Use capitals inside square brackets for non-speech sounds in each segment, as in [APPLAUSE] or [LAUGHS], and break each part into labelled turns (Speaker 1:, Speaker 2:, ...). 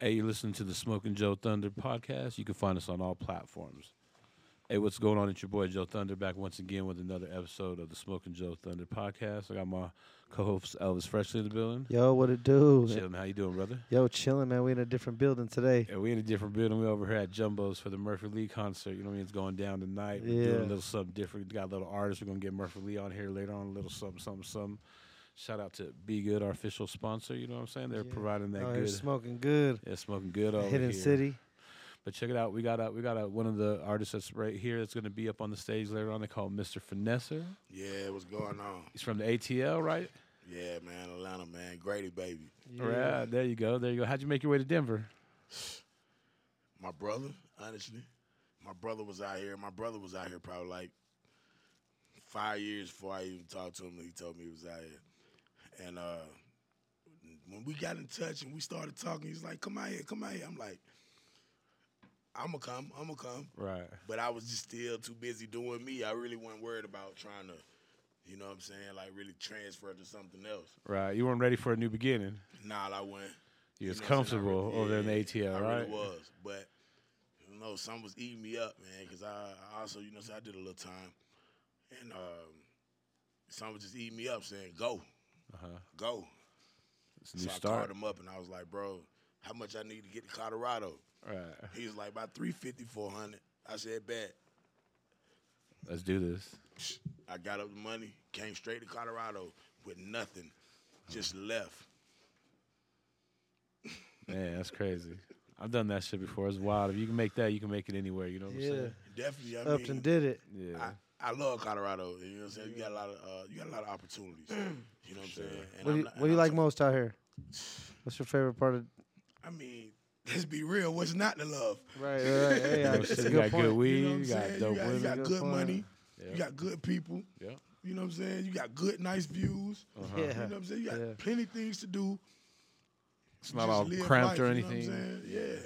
Speaker 1: Hey, you're listening to the Smoking Joe Thunder podcast. You can find us on all platforms. Hey, what's going on? It's your boy Joe Thunder back once again with another episode of the Smoking Joe Thunder podcast. I got my co-host Elvis Freshly in the building.
Speaker 2: Yo, what it do?
Speaker 1: Chillin', how you doing, brother?
Speaker 2: Yo, chilling, man. We in a different building today.
Speaker 1: Yeah, we in a different building. We over here at Jumbo's for the Murphy Lee concert. You know what I mean? It's going down tonight. We're doing a
Speaker 2: Yeah.
Speaker 1: little something different. We got a little artist. We're gonna get Murphy Lee on here later on. A little something, something, something. Shout out to Be Good, our official sponsor. You know what I'm saying? They're
Speaker 2: Yeah.
Speaker 1: providing that
Speaker 2: Out here
Speaker 1: good.
Speaker 2: smoking good.
Speaker 1: yeah, smoking good over
Speaker 2: Hidden
Speaker 1: here.
Speaker 2: City.
Speaker 1: But check it out. We got a, we got a, one of the artists that's right here that's going to be up on the stage later on. They call him Mr. Finesser.
Speaker 3: Yeah, what's going on?
Speaker 1: He's from the ATL, right?
Speaker 3: Yeah, man, Atlanta, man, Grady, baby.
Speaker 1: Yeah. There you go. There you go. How'd you make your way to Denver?
Speaker 3: My brother, honestly, my brother was out here. My brother was out here probably like five years before I even talked to him. He told me he was out here, and uh, when we got in touch and we started talking, he's like, "Come out here, come out here." I'm like, "I'ma come, I'ma come."
Speaker 1: Right.
Speaker 3: But I was just still too busy doing me. I really wasn't worried about trying to, you know what I'm saying, like really transfer to something else.
Speaker 1: Right. You weren't ready for a new beginning.
Speaker 3: Nah, I went.
Speaker 1: You
Speaker 3: know
Speaker 1: was
Speaker 3: what I'm saying? I
Speaker 1: comfortable
Speaker 3: really-
Speaker 1: over there in the
Speaker 3: yeah,
Speaker 1: ATL,
Speaker 3: I
Speaker 1: right?
Speaker 3: really was, but you know, something was eating me up, man. Because I, I also, you know, so I did a little time, and um, something was just eating me up, saying go,
Speaker 1: Uh-huh.
Speaker 3: go.
Speaker 1: It's a new
Speaker 3: so I
Speaker 1: start.
Speaker 3: called him up, and I was like, bro, how much I need to get to Colorado?
Speaker 1: Right.
Speaker 3: He was like, about 350, 400. I said, bet.
Speaker 1: Let's do this.
Speaker 3: I got up the money, came straight to Colorado with nothing, just left.
Speaker 1: Man, that's crazy. I've done that shit before. It's wild. If you can make that, you can make it anywhere. You know what
Speaker 2: Yeah.
Speaker 1: I'm saying?
Speaker 3: Definitely, I
Speaker 2: Upped
Speaker 3: mean,
Speaker 2: and did it.
Speaker 1: Yeah.
Speaker 3: I, I love Colorado. You know what I'm saying? You got a lot of uh, you got a lot of opportunities.
Speaker 2: [CLEARS THROAT]
Speaker 3: You know what I'm saying? And
Speaker 2: What do
Speaker 3: I'm
Speaker 2: you,
Speaker 3: not-
Speaker 2: what do
Speaker 3: and
Speaker 2: you
Speaker 3: I'm
Speaker 2: like
Speaker 3: so-
Speaker 2: most out here? What's your favorite part of?
Speaker 3: I mean, let's be real. What's not to love?
Speaker 2: Right, right. Hey,
Speaker 1: You know,
Speaker 2: I-
Speaker 1: shit,
Speaker 2: that's a
Speaker 1: you
Speaker 2: good
Speaker 1: got good
Speaker 2: point.
Speaker 1: weed.
Speaker 3: You know what I'm
Speaker 1: You got
Speaker 3: saying? You
Speaker 1: dope
Speaker 3: got, you
Speaker 1: women.
Speaker 3: got
Speaker 2: Good
Speaker 3: good,
Speaker 2: point.
Speaker 3: money.
Speaker 1: Yeah.
Speaker 3: You got good people.
Speaker 1: Yeah.
Speaker 3: You know what I'm saying? You got good, nice views.
Speaker 1: Uh-huh.
Speaker 3: You know
Speaker 2: Yeah.
Speaker 3: what I'm saying? You got
Speaker 2: Yeah.
Speaker 3: plenty things to do.
Speaker 1: It's not
Speaker 3: Just
Speaker 1: all
Speaker 3: live
Speaker 1: cramped or
Speaker 3: life, you know what I'm
Speaker 1: anything.
Speaker 3: saying?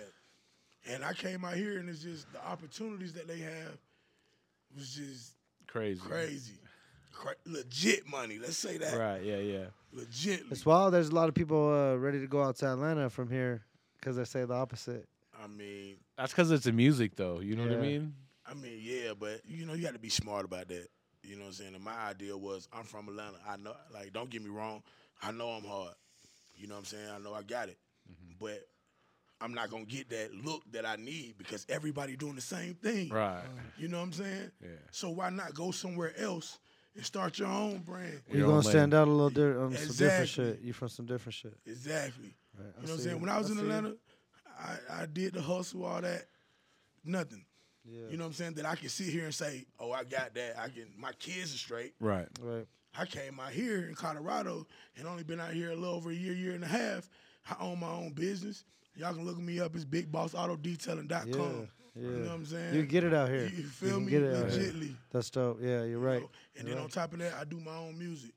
Speaker 3: Yeah. And I came out here, and it's just the opportunities that they have was just
Speaker 1: Crazy.
Speaker 3: crazy. Cra- legit money. Let's say that.
Speaker 1: Right. Yeah. Yeah.
Speaker 3: Legitly.
Speaker 2: It's wild. There's a lot of people uh, ready to go out to Atlanta from here because they say the opposite.
Speaker 3: I mean,
Speaker 1: That's because it's the music, though. You know what I
Speaker 2: Yeah.
Speaker 1: mean?
Speaker 3: I mean, yeah, but you know, you got to be smart about that. You know what I'm saying? And my idea was, I'm from Atlanta. I know, like, don't get me wrong. I know I'm hard. You know what I'm saying? I know I got it,
Speaker 2: Mm-hmm.
Speaker 3: but I'm not gonna get that look that I need because everybody doing the same thing.
Speaker 1: Right.
Speaker 3: You know what I'm saying?
Speaker 1: Yeah.
Speaker 3: So why not go somewhere else and start your own brand?
Speaker 1: Your
Speaker 2: You're
Speaker 1: own
Speaker 2: gonna stand out a little di- on some
Speaker 3: Exactly.
Speaker 2: different shit. You from some different shit.
Speaker 3: Exactly.
Speaker 2: Right. I
Speaker 3: You know what I'm
Speaker 2: see
Speaker 3: saying?
Speaker 2: it.
Speaker 3: When I was in
Speaker 2: see it.
Speaker 3: Atlanta, I, I did the hustle, all that, nothing.
Speaker 2: Yeah.
Speaker 3: You know what I'm saying? That I can sit here and say, oh, I got that. I can. My kids are straight.
Speaker 1: Right.
Speaker 2: Right.
Speaker 3: I came out here in Colorado and only been out here a little over a year, year and a half. I own my own business. Y'all can look me up. It's bigbossautodetailing.com.
Speaker 2: Yeah. Yeah.
Speaker 3: You know what I'm saying?
Speaker 2: You can get it out here.
Speaker 3: You feel
Speaker 2: can
Speaker 3: me?
Speaker 2: Get it out here.
Speaker 3: Legitly.
Speaker 2: That's dope. Yeah, you're right.
Speaker 3: And
Speaker 2: You're
Speaker 3: then
Speaker 2: right.
Speaker 3: on top of that, I do my own music.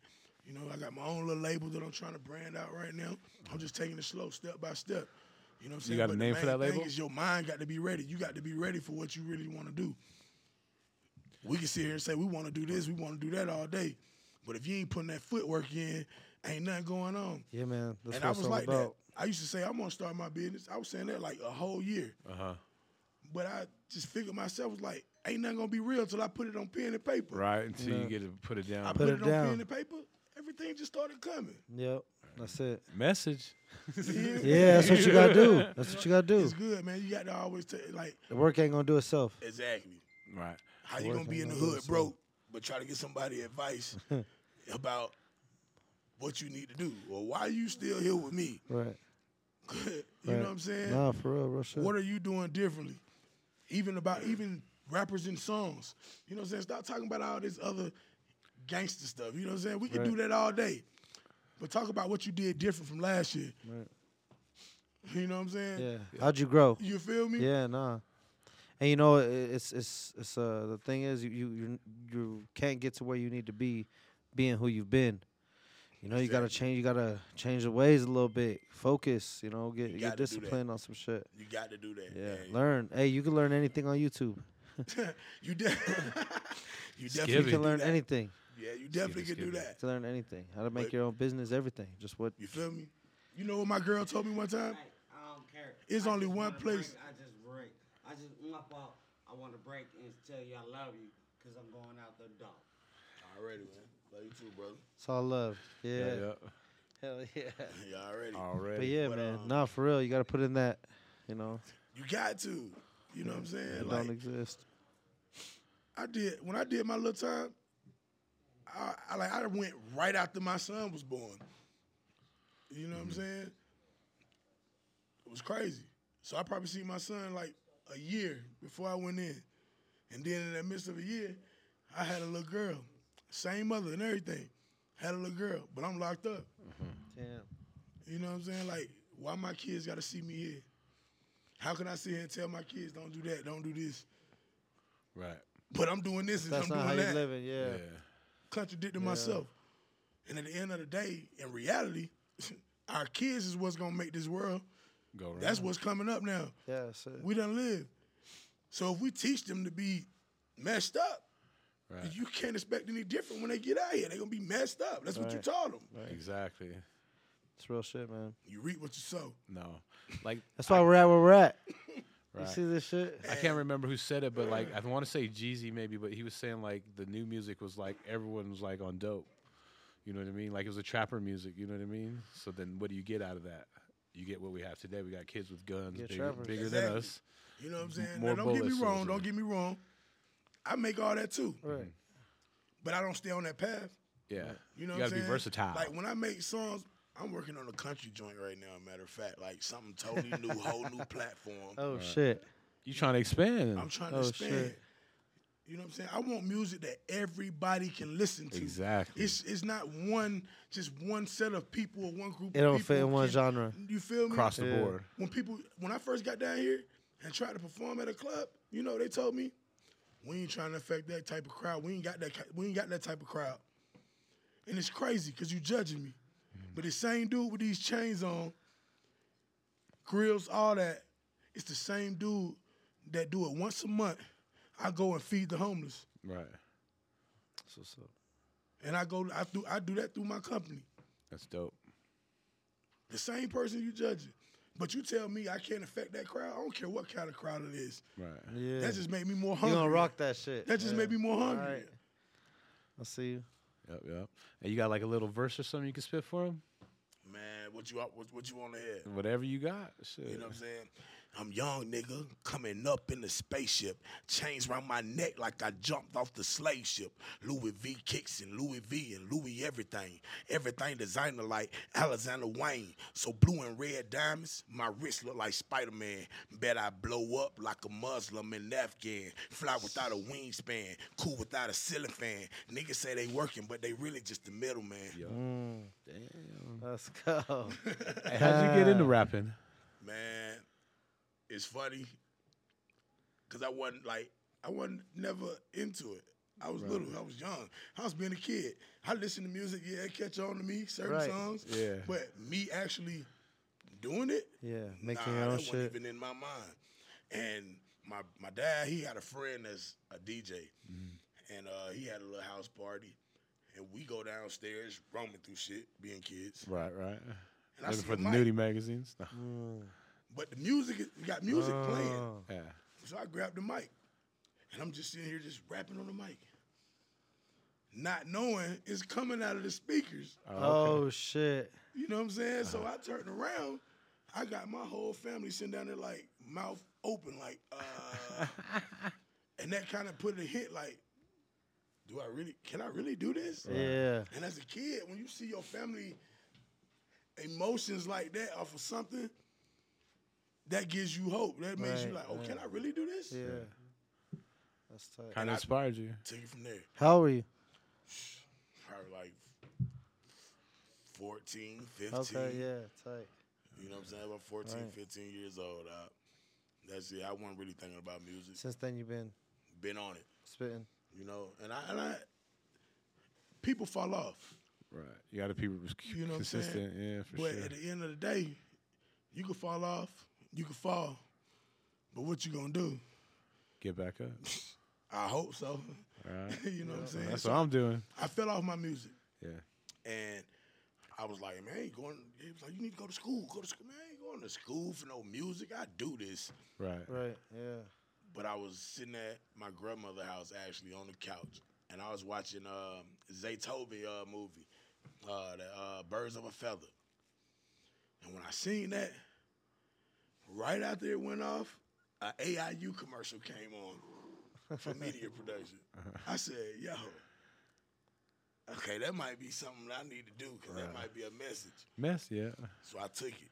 Speaker 3: You know, I got my own little label that I'm trying to brand out right now. I'm just taking it slow, step by step. You know what I'm saying?
Speaker 1: got a
Speaker 3: But the
Speaker 1: name for
Speaker 3: main
Speaker 1: that
Speaker 3: thing
Speaker 1: label?
Speaker 3: Is your mind got to be ready. You got to be ready for what you really want to do. We can sit here and say we want to do this, we want to do that all day, but if you ain't putting that footwork in, ain't nothing going on.
Speaker 2: Yeah, man. That's
Speaker 3: and
Speaker 2: what
Speaker 3: I
Speaker 2: it's
Speaker 3: was
Speaker 2: all
Speaker 3: like
Speaker 2: about.
Speaker 3: that. I used to say I'm gonna start my business. I was saying that like a whole year,
Speaker 1: Uh huh.
Speaker 3: but I just figured myself was like, ain't nothing gonna be real till I put it on pen and paper.
Speaker 1: Right. Until you
Speaker 2: No.
Speaker 1: get to put it
Speaker 3: I
Speaker 1: down.
Speaker 3: put,
Speaker 2: Put
Speaker 3: it,
Speaker 2: it
Speaker 3: on
Speaker 2: down.
Speaker 3: pen and paper. Everything just started coming.
Speaker 2: Yep. That's it.
Speaker 3: [LAUGHS]
Speaker 1: Message.
Speaker 3: Yeah,
Speaker 2: Yeah, that's what you
Speaker 3: [LAUGHS]
Speaker 2: gotta do. That's what you gotta do.
Speaker 3: It's good, man. You got to always take like
Speaker 2: The work ain't gonna do itself.
Speaker 3: exactly.
Speaker 1: Right.
Speaker 3: How you gonna be in the hood broke, but try to get somebody
Speaker 2: [LAUGHS]
Speaker 3: advice about what you need to do or why you still here with me?
Speaker 2: [LAUGHS] Right.
Speaker 3: [LAUGHS] you
Speaker 2: right.
Speaker 3: know what I'm saying?
Speaker 2: Nah, for real, real shit.
Speaker 3: What are you doing differently? Even about even rappers and songs. You know what I'm saying? Stop talking about all this other gangster stuff. You know what I'm saying? We can
Speaker 2: Right.
Speaker 3: do that all day. But talk about what you did different from last year.
Speaker 2: Right.
Speaker 3: You know what I'm saying?
Speaker 2: yeah. How'd you grow?
Speaker 3: You feel me?
Speaker 2: Yeah, nah. And you know, i- it's it's it's uh the thing is you you you you can't get to where you need to be, being who you've been. You know, you gotta change. You gotta change the ways a little bit. Focus. You know, get
Speaker 3: gotta
Speaker 2: get
Speaker 3: do that.
Speaker 2: disciplined on some shit.
Speaker 3: You got to do that.
Speaker 2: Yeah,
Speaker 3: man.
Speaker 2: learn. Hey, you can learn anything on YouTube.
Speaker 3: you de- [LAUGHS] you definitely
Speaker 1: Skip it.
Speaker 2: You
Speaker 3: do
Speaker 2: can learn
Speaker 3: that.
Speaker 2: anything.
Speaker 3: Yeah, you definitely
Speaker 1: Skip it,
Speaker 3: can do
Speaker 1: skip it.
Speaker 3: that.
Speaker 2: To learn anything, how to make
Speaker 3: But-
Speaker 2: your own business, everything. Just what
Speaker 3: You feel me? You know what my girl told me one time?
Speaker 4: I don't care.
Speaker 3: It's
Speaker 4: I
Speaker 3: only
Speaker 4: just
Speaker 3: one
Speaker 4: wanna
Speaker 3: place.
Speaker 4: Break. I just break. I just my fault. I want to break and tell you I love you because I'm going out the door.
Speaker 3: Already, man. Love you too, brother.
Speaker 2: It's all love. Yeah.
Speaker 1: yeah.
Speaker 2: Hell yeah.
Speaker 3: Yeah, already.
Speaker 1: Already.
Speaker 2: But yeah,
Speaker 3: But,
Speaker 2: man.
Speaker 3: um,
Speaker 2: nah, for real. You got to put in that, you know,
Speaker 3: You got to. You know what I'm
Speaker 2: it
Speaker 3: saying?
Speaker 2: don't
Speaker 3: Like
Speaker 2: exist.
Speaker 3: I did when I did my little time. I, I like I went right after my son was born. You know what I'm saying? It was crazy. So I probably seen my son like a year before I went in, and then in that midst of a year, I had a little girl, same mother and everything, had a little girl, but I'm locked up.
Speaker 1: Mm-hmm.
Speaker 2: Damn.
Speaker 3: You know what I'm saying? Like, why my kids got to see me here? How can I sit here and tell my kids, don't do that, don't do this?
Speaker 1: Right.
Speaker 3: But I'm doing this and
Speaker 2: That's
Speaker 3: I'm
Speaker 2: not how
Speaker 3: doing
Speaker 2: you
Speaker 3: that.
Speaker 2: living.
Speaker 1: Yeah.
Speaker 2: Yeah.
Speaker 3: Contradicting
Speaker 2: Yeah.
Speaker 3: myself. And at the end of the day, in reality, [LAUGHS] our kids is what's gonna make this world.
Speaker 1: Go right.
Speaker 3: That's what's coming up now.
Speaker 2: Yeah. so-
Speaker 3: We done live. So if we teach them to be messed up,
Speaker 1: right.
Speaker 3: you can't expect any different when they get out here. They're gonna be messed up. That's what you
Speaker 2: Right.
Speaker 3: taught them.
Speaker 1: Exactly.
Speaker 2: It's real shit, man.
Speaker 3: You reap what you sow.
Speaker 1: No. Like
Speaker 2: That's why we're at where we're
Speaker 3: [LAUGHS]
Speaker 2: at. You
Speaker 1: right.
Speaker 2: see this shit?
Speaker 1: I can't remember who said it, but like I want to say Jeezy maybe, but he was saying like the new music was like everyone was like on dope. You know what I mean? Like it was a trapper music. You know what I mean? So then, what do you get out of that? You get what we have today. We got kids with guns,
Speaker 2: Get
Speaker 1: bigger,
Speaker 2: trappers.
Speaker 1: bigger than
Speaker 3: Exactly.
Speaker 1: us.
Speaker 3: You know what I'm saying?
Speaker 1: More
Speaker 3: Now, don't get
Speaker 1: bullets
Speaker 3: me
Speaker 1: than
Speaker 3: wrong.
Speaker 1: us,
Speaker 3: Don't
Speaker 1: yeah.
Speaker 3: get me wrong. I make all that too,
Speaker 1: Mm-hmm.
Speaker 2: Right.
Speaker 3: but I don't stay on that path.
Speaker 1: Yeah,
Speaker 3: You know, what
Speaker 1: you gotta
Speaker 3: I'm
Speaker 1: be
Speaker 3: saying?
Speaker 1: versatile.
Speaker 3: Like when I make songs, I'm working on a country joint right now. Matter of fact, like something totally
Speaker 1: [LAUGHS]
Speaker 3: new, whole new platform.
Speaker 2: Oh shit.
Speaker 1: you trying to expand?
Speaker 3: I'm trying
Speaker 2: Oh,
Speaker 3: to expand.
Speaker 2: shit.
Speaker 3: You know what I'm saying? I want music that everybody can listen to.
Speaker 1: Exactly.
Speaker 3: It's it's not one just one set of people or one group.
Speaker 2: It
Speaker 3: of
Speaker 2: don't
Speaker 3: people
Speaker 2: fit in one
Speaker 3: can-
Speaker 2: genre.
Speaker 3: You feel me?
Speaker 1: Across the
Speaker 2: Yeah.
Speaker 1: board.
Speaker 3: when people when I first got down here and tried to perform at a club, you know, they told me, we ain't trying to affect that type of crowd. We ain't got that ki- we ain't got that type of crowd. And it's crazy because you judging me.
Speaker 1: Mm-hmm.
Speaker 3: But the same dude with these chains on, grills, all that, it's the same dude that do it once a month. I go and feed the homeless.
Speaker 1: Right.
Speaker 2: So, so.
Speaker 3: And I go I do I do that through my company.
Speaker 1: That's dope.
Speaker 3: The same person you judging. But you tell me I can't affect that crowd. I don't care what kind of crowd it is.
Speaker 1: Right.
Speaker 2: Yeah.
Speaker 3: That just made me more
Speaker 2: you
Speaker 3: hungry.
Speaker 2: gonna rock that shit.
Speaker 3: That just
Speaker 2: yeah.
Speaker 3: made me more hungry.
Speaker 2: Alright. I see you.
Speaker 1: Yep. Yep. And you got like a little verse or something you can spit for him.
Speaker 3: Man, what you what, what you want to hear?
Speaker 1: Whatever you got. Shit.
Speaker 3: You know what I'm saying? I'm young nigga coming up in the spaceship, chains round my neck like I jumped off the slave ship. Louis V kicks and Louis V and Louis everything, everything designer like Alexander Wayne. So blue and red diamonds, my wrist look like Spider Man. Bet I blow up like a Muslim in Afghan. Fly without a wingspan, cool without a ceiling fan. Niggas say they working, but they really just the middleman.
Speaker 1: Yup. Damn.
Speaker 2: Mm. Let's go.
Speaker 1: [LAUGHS] Hey, how'd you
Speaker 2: [LAUGHS]
Speaker 1: get into rapping?
Speaker 3: Man, it's funny because I wasn't like I wasn't never into it. I was little. I was young. I was being a kid. I listened to music. Yeah, it catch on to me certain
Speaker 2: Right,
Speaker 3: songs.
Speaker 1: yeah.
Speaker 3: but me actually doing it,
Speaker 2: yeah.
Speaker 3: nah,
Speaker 2: Making your own
Speaker 3: that wasn't
Speaker 2: shit.
Speaker 3: even in my mind. And my my dad, he had a friend that's a DJ,
Speaker 1: Mm-hmm.
Speaker 3: and uh, he had a little house party, and we go downstairs roaming through shit, being kids.
Speaker 1: Right. Right.
Speaker 3: And I
Speaker 1: Looking
Speaker 3: see
Speaker 1: for
Speaker 3: a
Speaker 1: the
Speaker 3: mic,
Speaker 1: nudie magazines. No.
Speaker 3: but the music, is- we Mm. got music playing.
Speaker 2: Oh,
Speaker 1: Yeah.
Speaker 3: So I grabbed the mic, and I'm just sitting here just rapping on the mic, not knowing it's coming out of the speakers.
Speaker 1: okay.
Speaker 2: Oh, shit.
Speaker 3: You know what I'm saying? So
Speaker 2: Uh-huh.
Speaker 3: I turned around. I got my whole family sitting down there like mouth open, like, uh,
Speaker 2: [LAUGHS]
Speaker 3: and that kind of put a hit like, do I really? Can I really do this?
Speaker 2: Yeah.
Speaker 3: And as a kid, when you see your family emotions like that off of something, that gives you hope. That makes you like,
Speaker 2: Right,
Speaker 3: oh, can I really do this?
Speaker 2: Yeah. That's tight.
Speaker 1: Kind of
Speaker 3: I-
Speaker 1: inspired you.
Speaker 3: Take it from there.
Speaker 2: How old were you?
Speaker 3: probably like 14, 15.
Speaker 2: Okay. Yeah. Tight.
Speaker 3: You know what I'm saying? About 14,
Speaker 2: Right.
Speaker 3: 15 years old. I, that's it. I wasn't really thinking about music.
Speaker 2: Since then, you've been
Speaker 3: Been on it,
Speaker 2: spitting.
Speaker 3: you know? And I, and I people fall off.
Speaker 1: Right. You got to be
Speaker 3: You know what I'm saying?
Speaker 1: consistent. Yeah, for
Speaker 3: But
Speaker 1: sure.
Speaker 3: at the end of the day, you can fall off, you can fall. But what you gonna do?
Speaker 1: Get back
Speaker 3: [LAUGHS]
Speaker 1: up.
Speaker 3: I hope so.
Speaker 1: All right.
Speaker 3: [LAUGHS] you know what I'm saying?
Speaker 1: That's
Speaker 3: So
Speaker 1: what I'm doing.
Speaker 3: I fell off my music.
Speaker 1: Yeah.
Speaker 3: And I was like, man, I ain't going. He was like, you need to go to school. Go to school. Man, I ain't going going to school for no music. I do this.
Speaker 1: Right.
Speaker 2: Right. Yeah.
Speaker 3: But I was sitting at my grandmother's house actually on the couch, and I was watching uh, Zaytoven uh, movie, uh, the uh, Birds of a Feather. And when I seen that, right after it went off, a AIU commercial came on for media production. I said, "Yo, okay, that might be something I need to do because that might be a message."
Speaker 1: Mess, yeah.
Speaker 3: So I took it.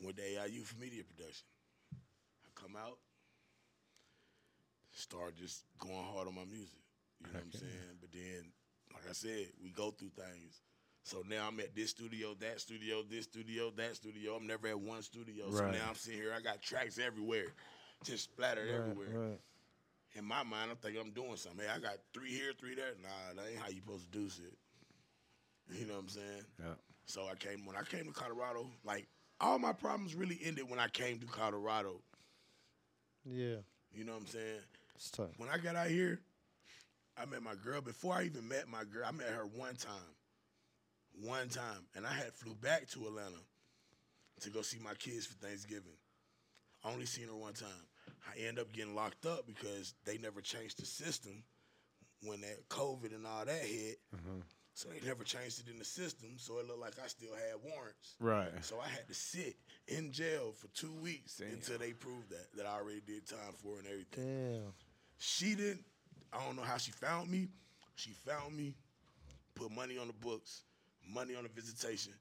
Speaker 3: Went to AIU for media production. I come out, start just going hard on my music. You know what I'm
Speaker 1: Okay.
Speaker 3: saying? But then, like I said, we go through things. So now I'm at this studio, that studio, this studio, that studio. I'm never at one studio. So
Speaker 1: Right.
Speaker 3: now I'm sitting here, I got tracks everywhere, just splattered everywhere.
Speaker 2: Right. Right.
Speaker 3: In my mind, I'm thinking I'm doing something. Hey, I got three here, three there. Nah, that ain't how you supposed to do shit. You know what I'm saying?
Speaker 1: Yeah.
Speaker 3: So I came when I came to Colorado, like all my problems really ended when I came to Colorado.
Speaker 2: Yeah.
Speaker 3: You know what I'm saying?
Speaker 2: It's tough.
Speaker 3: When I got out here, I met my girl. Before I even met my girl, I met her one time. One time. And I had flew back to Atlanta to go see my kids for Thanksgiving. I only seen her one time. I end up getting locked up because they never changed the system when that COVID and all that hit. So they never changed it in the system. So it looked like I still had warrants.
Speaker 1: Right.
Speaker 3: So I had to sit in jail for two weeks until they proved that that I already did time for and everything.
Speaker 2: Damn.
Speaker 3: She didn't. I don't know how she found me. She found me, put money on the books, money on the visitation,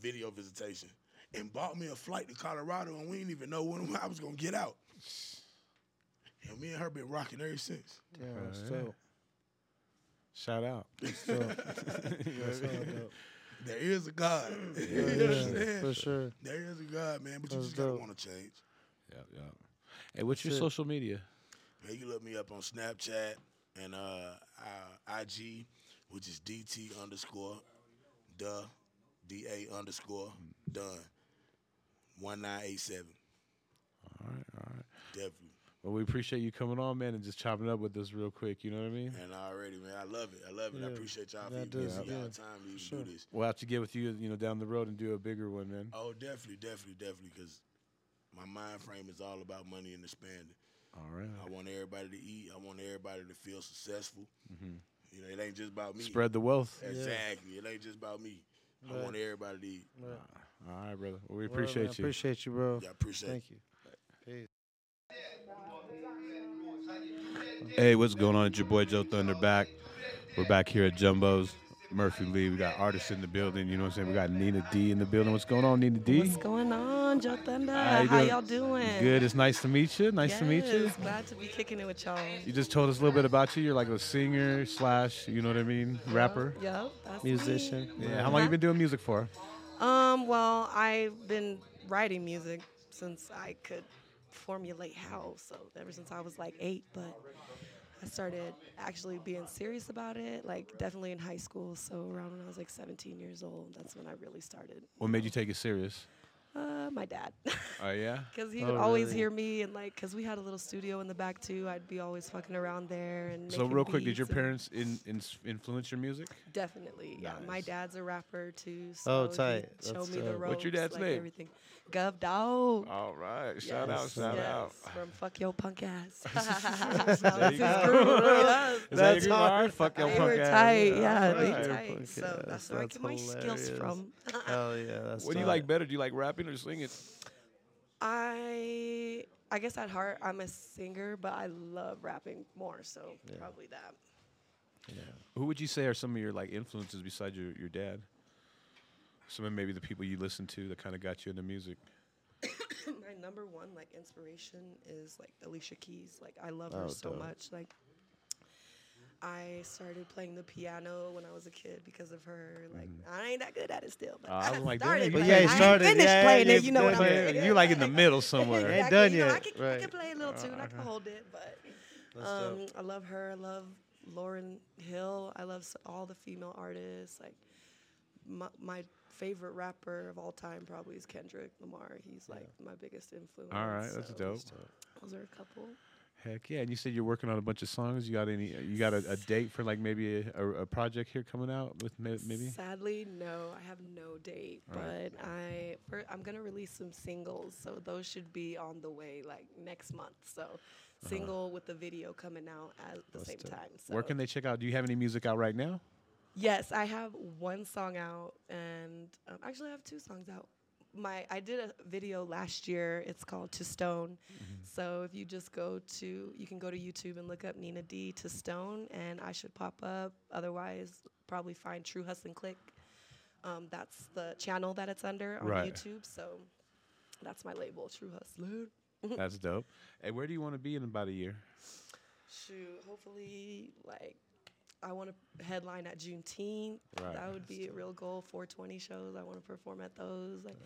Speaker 3: video visitation, and bought me a flight to Colorado. And we didn't even know when [LAUGHS] I was gonna get out. And me and her been rocking ever since.
Speaker 2: Damn. It's
Speaker 1: yeah.
Speaker 2: dope.
Speaker 1: Shout out. [LAUGHS]
Speaker 2: It's dope.
Speaker 3: [LAUGHS]
Speaker 2: It's all dope.
Speaker 3: There is a God. [LAUGHS] you know what I'm
Speaker 2: Yeah.
Speaker 3: saying?
Speaker 2: For sure.
Speaker 3: There is a God, man. But you
Speaker 2: That's
Speaker 3: just gotta
Speaker 2: dope.
Speaker 3: want to change.
Speaker 1: Yeah, yeah. Hey, what's your
Speaker 2: Shit.
Speaker 1: social media?
Speaker 3: Man, you look me up on Snapchat and uh, uh IG, which is DT underscore duh D A underscore done. One nine eight seven.
Speaker 1: All right, all right.
Speaker 3: Definitely.
Speaker 1: Well, we appreciate you coming on, man, and just chopping it up with us real quick. You know what I mean?
Speaker 3: And already, man, I love it. I love it. I
Speaker 2: Yeah.
Speaker 3: appreciate y'all for
Speaker 2: That
Speaker 3: even
Speaker 2: does-
Speaker 3: giving y'all
Speaker 2: yeah.
Speaker 3: time to even
Speaker 2: Sure.
Speaker 3: do this.
Speaker 1: We'll have to get with you, you know, down the road and do a bigger one, man.
Speaker 3: Oh, definitely, definitely, definitely, because my mind frame is all about money and expanding.
Speaker 1: All right.
Speaker 3: I want everybody to eat. I want everybody to feel successful. You know, it ain't just about me.
Speaker 1: Mm-hmm. Spread the wealth.
Speaker 3: Exactly. It ain't just about me. I
Speaker 2: Right.
Speaker 3: want everybody to eat.
Speaker 2: Right.
Speaker 1: All right, brother. Well, we
Speaker 2: Word, man.
Speaker 1: appreciate you.
Speaker 2: Appreciate you, bro.
Speaker 3: Yeah, I appreciate it.
Speaker 2: Thank you. Peace.
Speaker 1: Hey, what's going on? It's your boy Joe Thunder back. We're back here at Jumbo's. Murphy Lee, we got artists in the building. You know what I'm saying? We got Nina D in the building. What's going on, Nina D?
Speaker 5: What's going on, Joe Thunder?
Speaker 1: How you
Speaker 5: How
Speaker 1: doing?
Speaker 5: y'all doing?
Speaker 1: Good. It's nice to meet you. Nice
Speaker 5: Yes,
Speaker 1: to meet you.
Speaker 5: Glad to be kicking it with y'all.
Speaker 1: You just told us a little bit about you. You're like a singer slash, you know what I mean, rapper.
Speaker 5: Yep, that's me.
Speaker 2: Musician.
Speaker 1: Yeah. How long you been doing music for?
Speaker 5: Um, well, I've been writing music since I could formulate how. So ever since I was like eight, but I started actually being serious about it, like definitely in high school. So around when I was like 17 years old, that's when I really started.
Speaker 1: What made you take it serious?
Speaker 5: Uh, my dad.
Speaker 1: Oh yeah.
Speaker 5: [LAUGHS] Because he
Speaker 2: Oh,
Speaker 5: would always
Speaker 2: really?
Speaker 5: hear me, and like, because we had a little studio in the back too, I'd be always fucking around there. and
Speaker 1: So
Speaker 5: making
Speaker 1: real quick, did
Speaker 5: beats
Speaker 1: your
Speaker 5: and-
Speaker 1: parents in, in influence your
Speaker 5: [LAUGHS]
Speaker 1: music?
Speaker 5: Definitely, yeah. My
Speaker 1: Nice.
Speaker 5: dad's a rapper too. So
Speaker 2: Oh,
Speaker 5: he
Speaker 2: tight.
Speaker 5: Showed
Speaker 2: That's
Speaker 5: me the
Speaker 2: dope.
Speaker 5: ropes.
Speaker 1: What's your dad's
Speaker 5: like
Speaker 1: name?
Speaker 5: Everything. Gov Dog.
Speaker 1: All right.
Speaker 5: Yes, yes,
Speaker 1: [LAUGHS]
Speaker 5: From fuck your punk
Speaker 2: [LAUGHS]
Speaker 5: ass. [LAUGHS] that was
Speaker 1: There you
Speaker 5: his
Speaker 1: go.
Speaker 5: crew, yes.
Speaker 1: [LAUGHS] Is that
Speaker 2: That's
Speaker 1: your
Speaker 2: hard.
Speaker 1: hard. Fuck your
Speaker 5: They
Speaker 1: punk
Speaker 5: were
Speaker 1: ass.
Speaker 5: tight,
Speaker 1: All
Speaker 5: yeah, they
Speaker 1: right.
Speaker 5: tight. So that's where I
Speaker 2: that's
Speaker 5: get my skills
Speaker 2: hilarious.
Speaker 5: from. [LAUGHS]
Speaker 2: Hell yeah. That's
Speaker 1: What do you
Speaker 2: tight.
Speaker 1: like better? Do you like rapping or singing?
Speaker 5: I I guess at heart I'm a singer, but I love rapping more, so probably that.
Speaker 1: Who would you say are some of your like influences besides your, your dad? Some of maybe the people you listen to that kind of got you into music.
Speaker 5: [COUGHS] my number one like inspiration is like Alicia Keys. Like I love
Speaker 2: Oh,
Speaker 5: her so much. Like I started playing the piano when I was a kid because of her. Like I ain't that good at it still, but
Speaker 1: Uh, I
Speaker 5: I,
Speaker 1: was like,
Speaker 5: started.
Speaker 1: "Dang,
Speaker 2: Mm-hmm. But
Speaker 5: playing.
Speaker 2: yeah, you
Speaker 5: I ain't
Speaker 2: started.
Speaker 5: finished
Speaker 2: Yeah,
Speaker 5: playing
Speaker 2: you
Speaker 5: it. You know what I'm
Speaker 2: playing it.
Speaker 5: saying?
Speaker 1: You like in
Speaker 2: [LAUGHS]
Speaker 1: the middle somewhere.
Speaker 5: Exactly.
Speaker 2: Ain't done
Speaker 5: you know, I
Speaker 2: yet.
Speaker 5: can, I
Speaker 2: Right.
Speaker 5: can play a little tune.
Speaker 2: uh-huh.
Speaker 5: I can hold it, but um, I love her. I love Lauren Hill. I love s- all the female artists. Like my, my favorite rapper of all time probably is Kendrick Lamar. He's like my biggest influence.
Speaker 1: All right, that's
Speaker 5: so
Speaker 1: dope.
Speaker 5: Those are a couple.
Speaker 1: Heck yeah! And you said you're working on a bunch of songs. You got any? You got a, a date for like maybe a, a, a project here coming out with may- maybe?
Speaker 5: Sadly, no. I have no date,
Speaker 1: All right.
Speaker 5: but I fir- I'm gonna release some singles, so those should be on the way like next month. So,
Speaker 1: Uh-huh.
Speaker 5: single with the video coming out at the
Speaker 1: Let's
Speaker 5: same
Speaker 1: do it.
Speaker 5: time. So.
Speaker 1: Where can they check out? Do you have any music out right
Speaker 5: [LAUGHS]
Speaker 1: now?
Speaker 5: Yes, I have one song out, and um, actually I have two songs out. My I did a video last year. It's called To Stone.
Speaker 1: Mm-hmm.
Speaker 5: So if you just go to, you can go to YouTube and look up Nina D To Stone, and I should pop up. Otherwise, probably find True Hustle and Click. Um, that's the channel that it's under on
Speaker 1: Right.
Speaker 5: YouTube. So that's my label, True Hustler.
Speaker 1: That's dope. And where do you want to be in about a year?
Speaker 5: Shoot, hopefully, like, I want to headline at Juneteenth.
Speaker 1: Right.
Speaker 5: That would be a real goal. 420 shows. I want to perform at those. Like,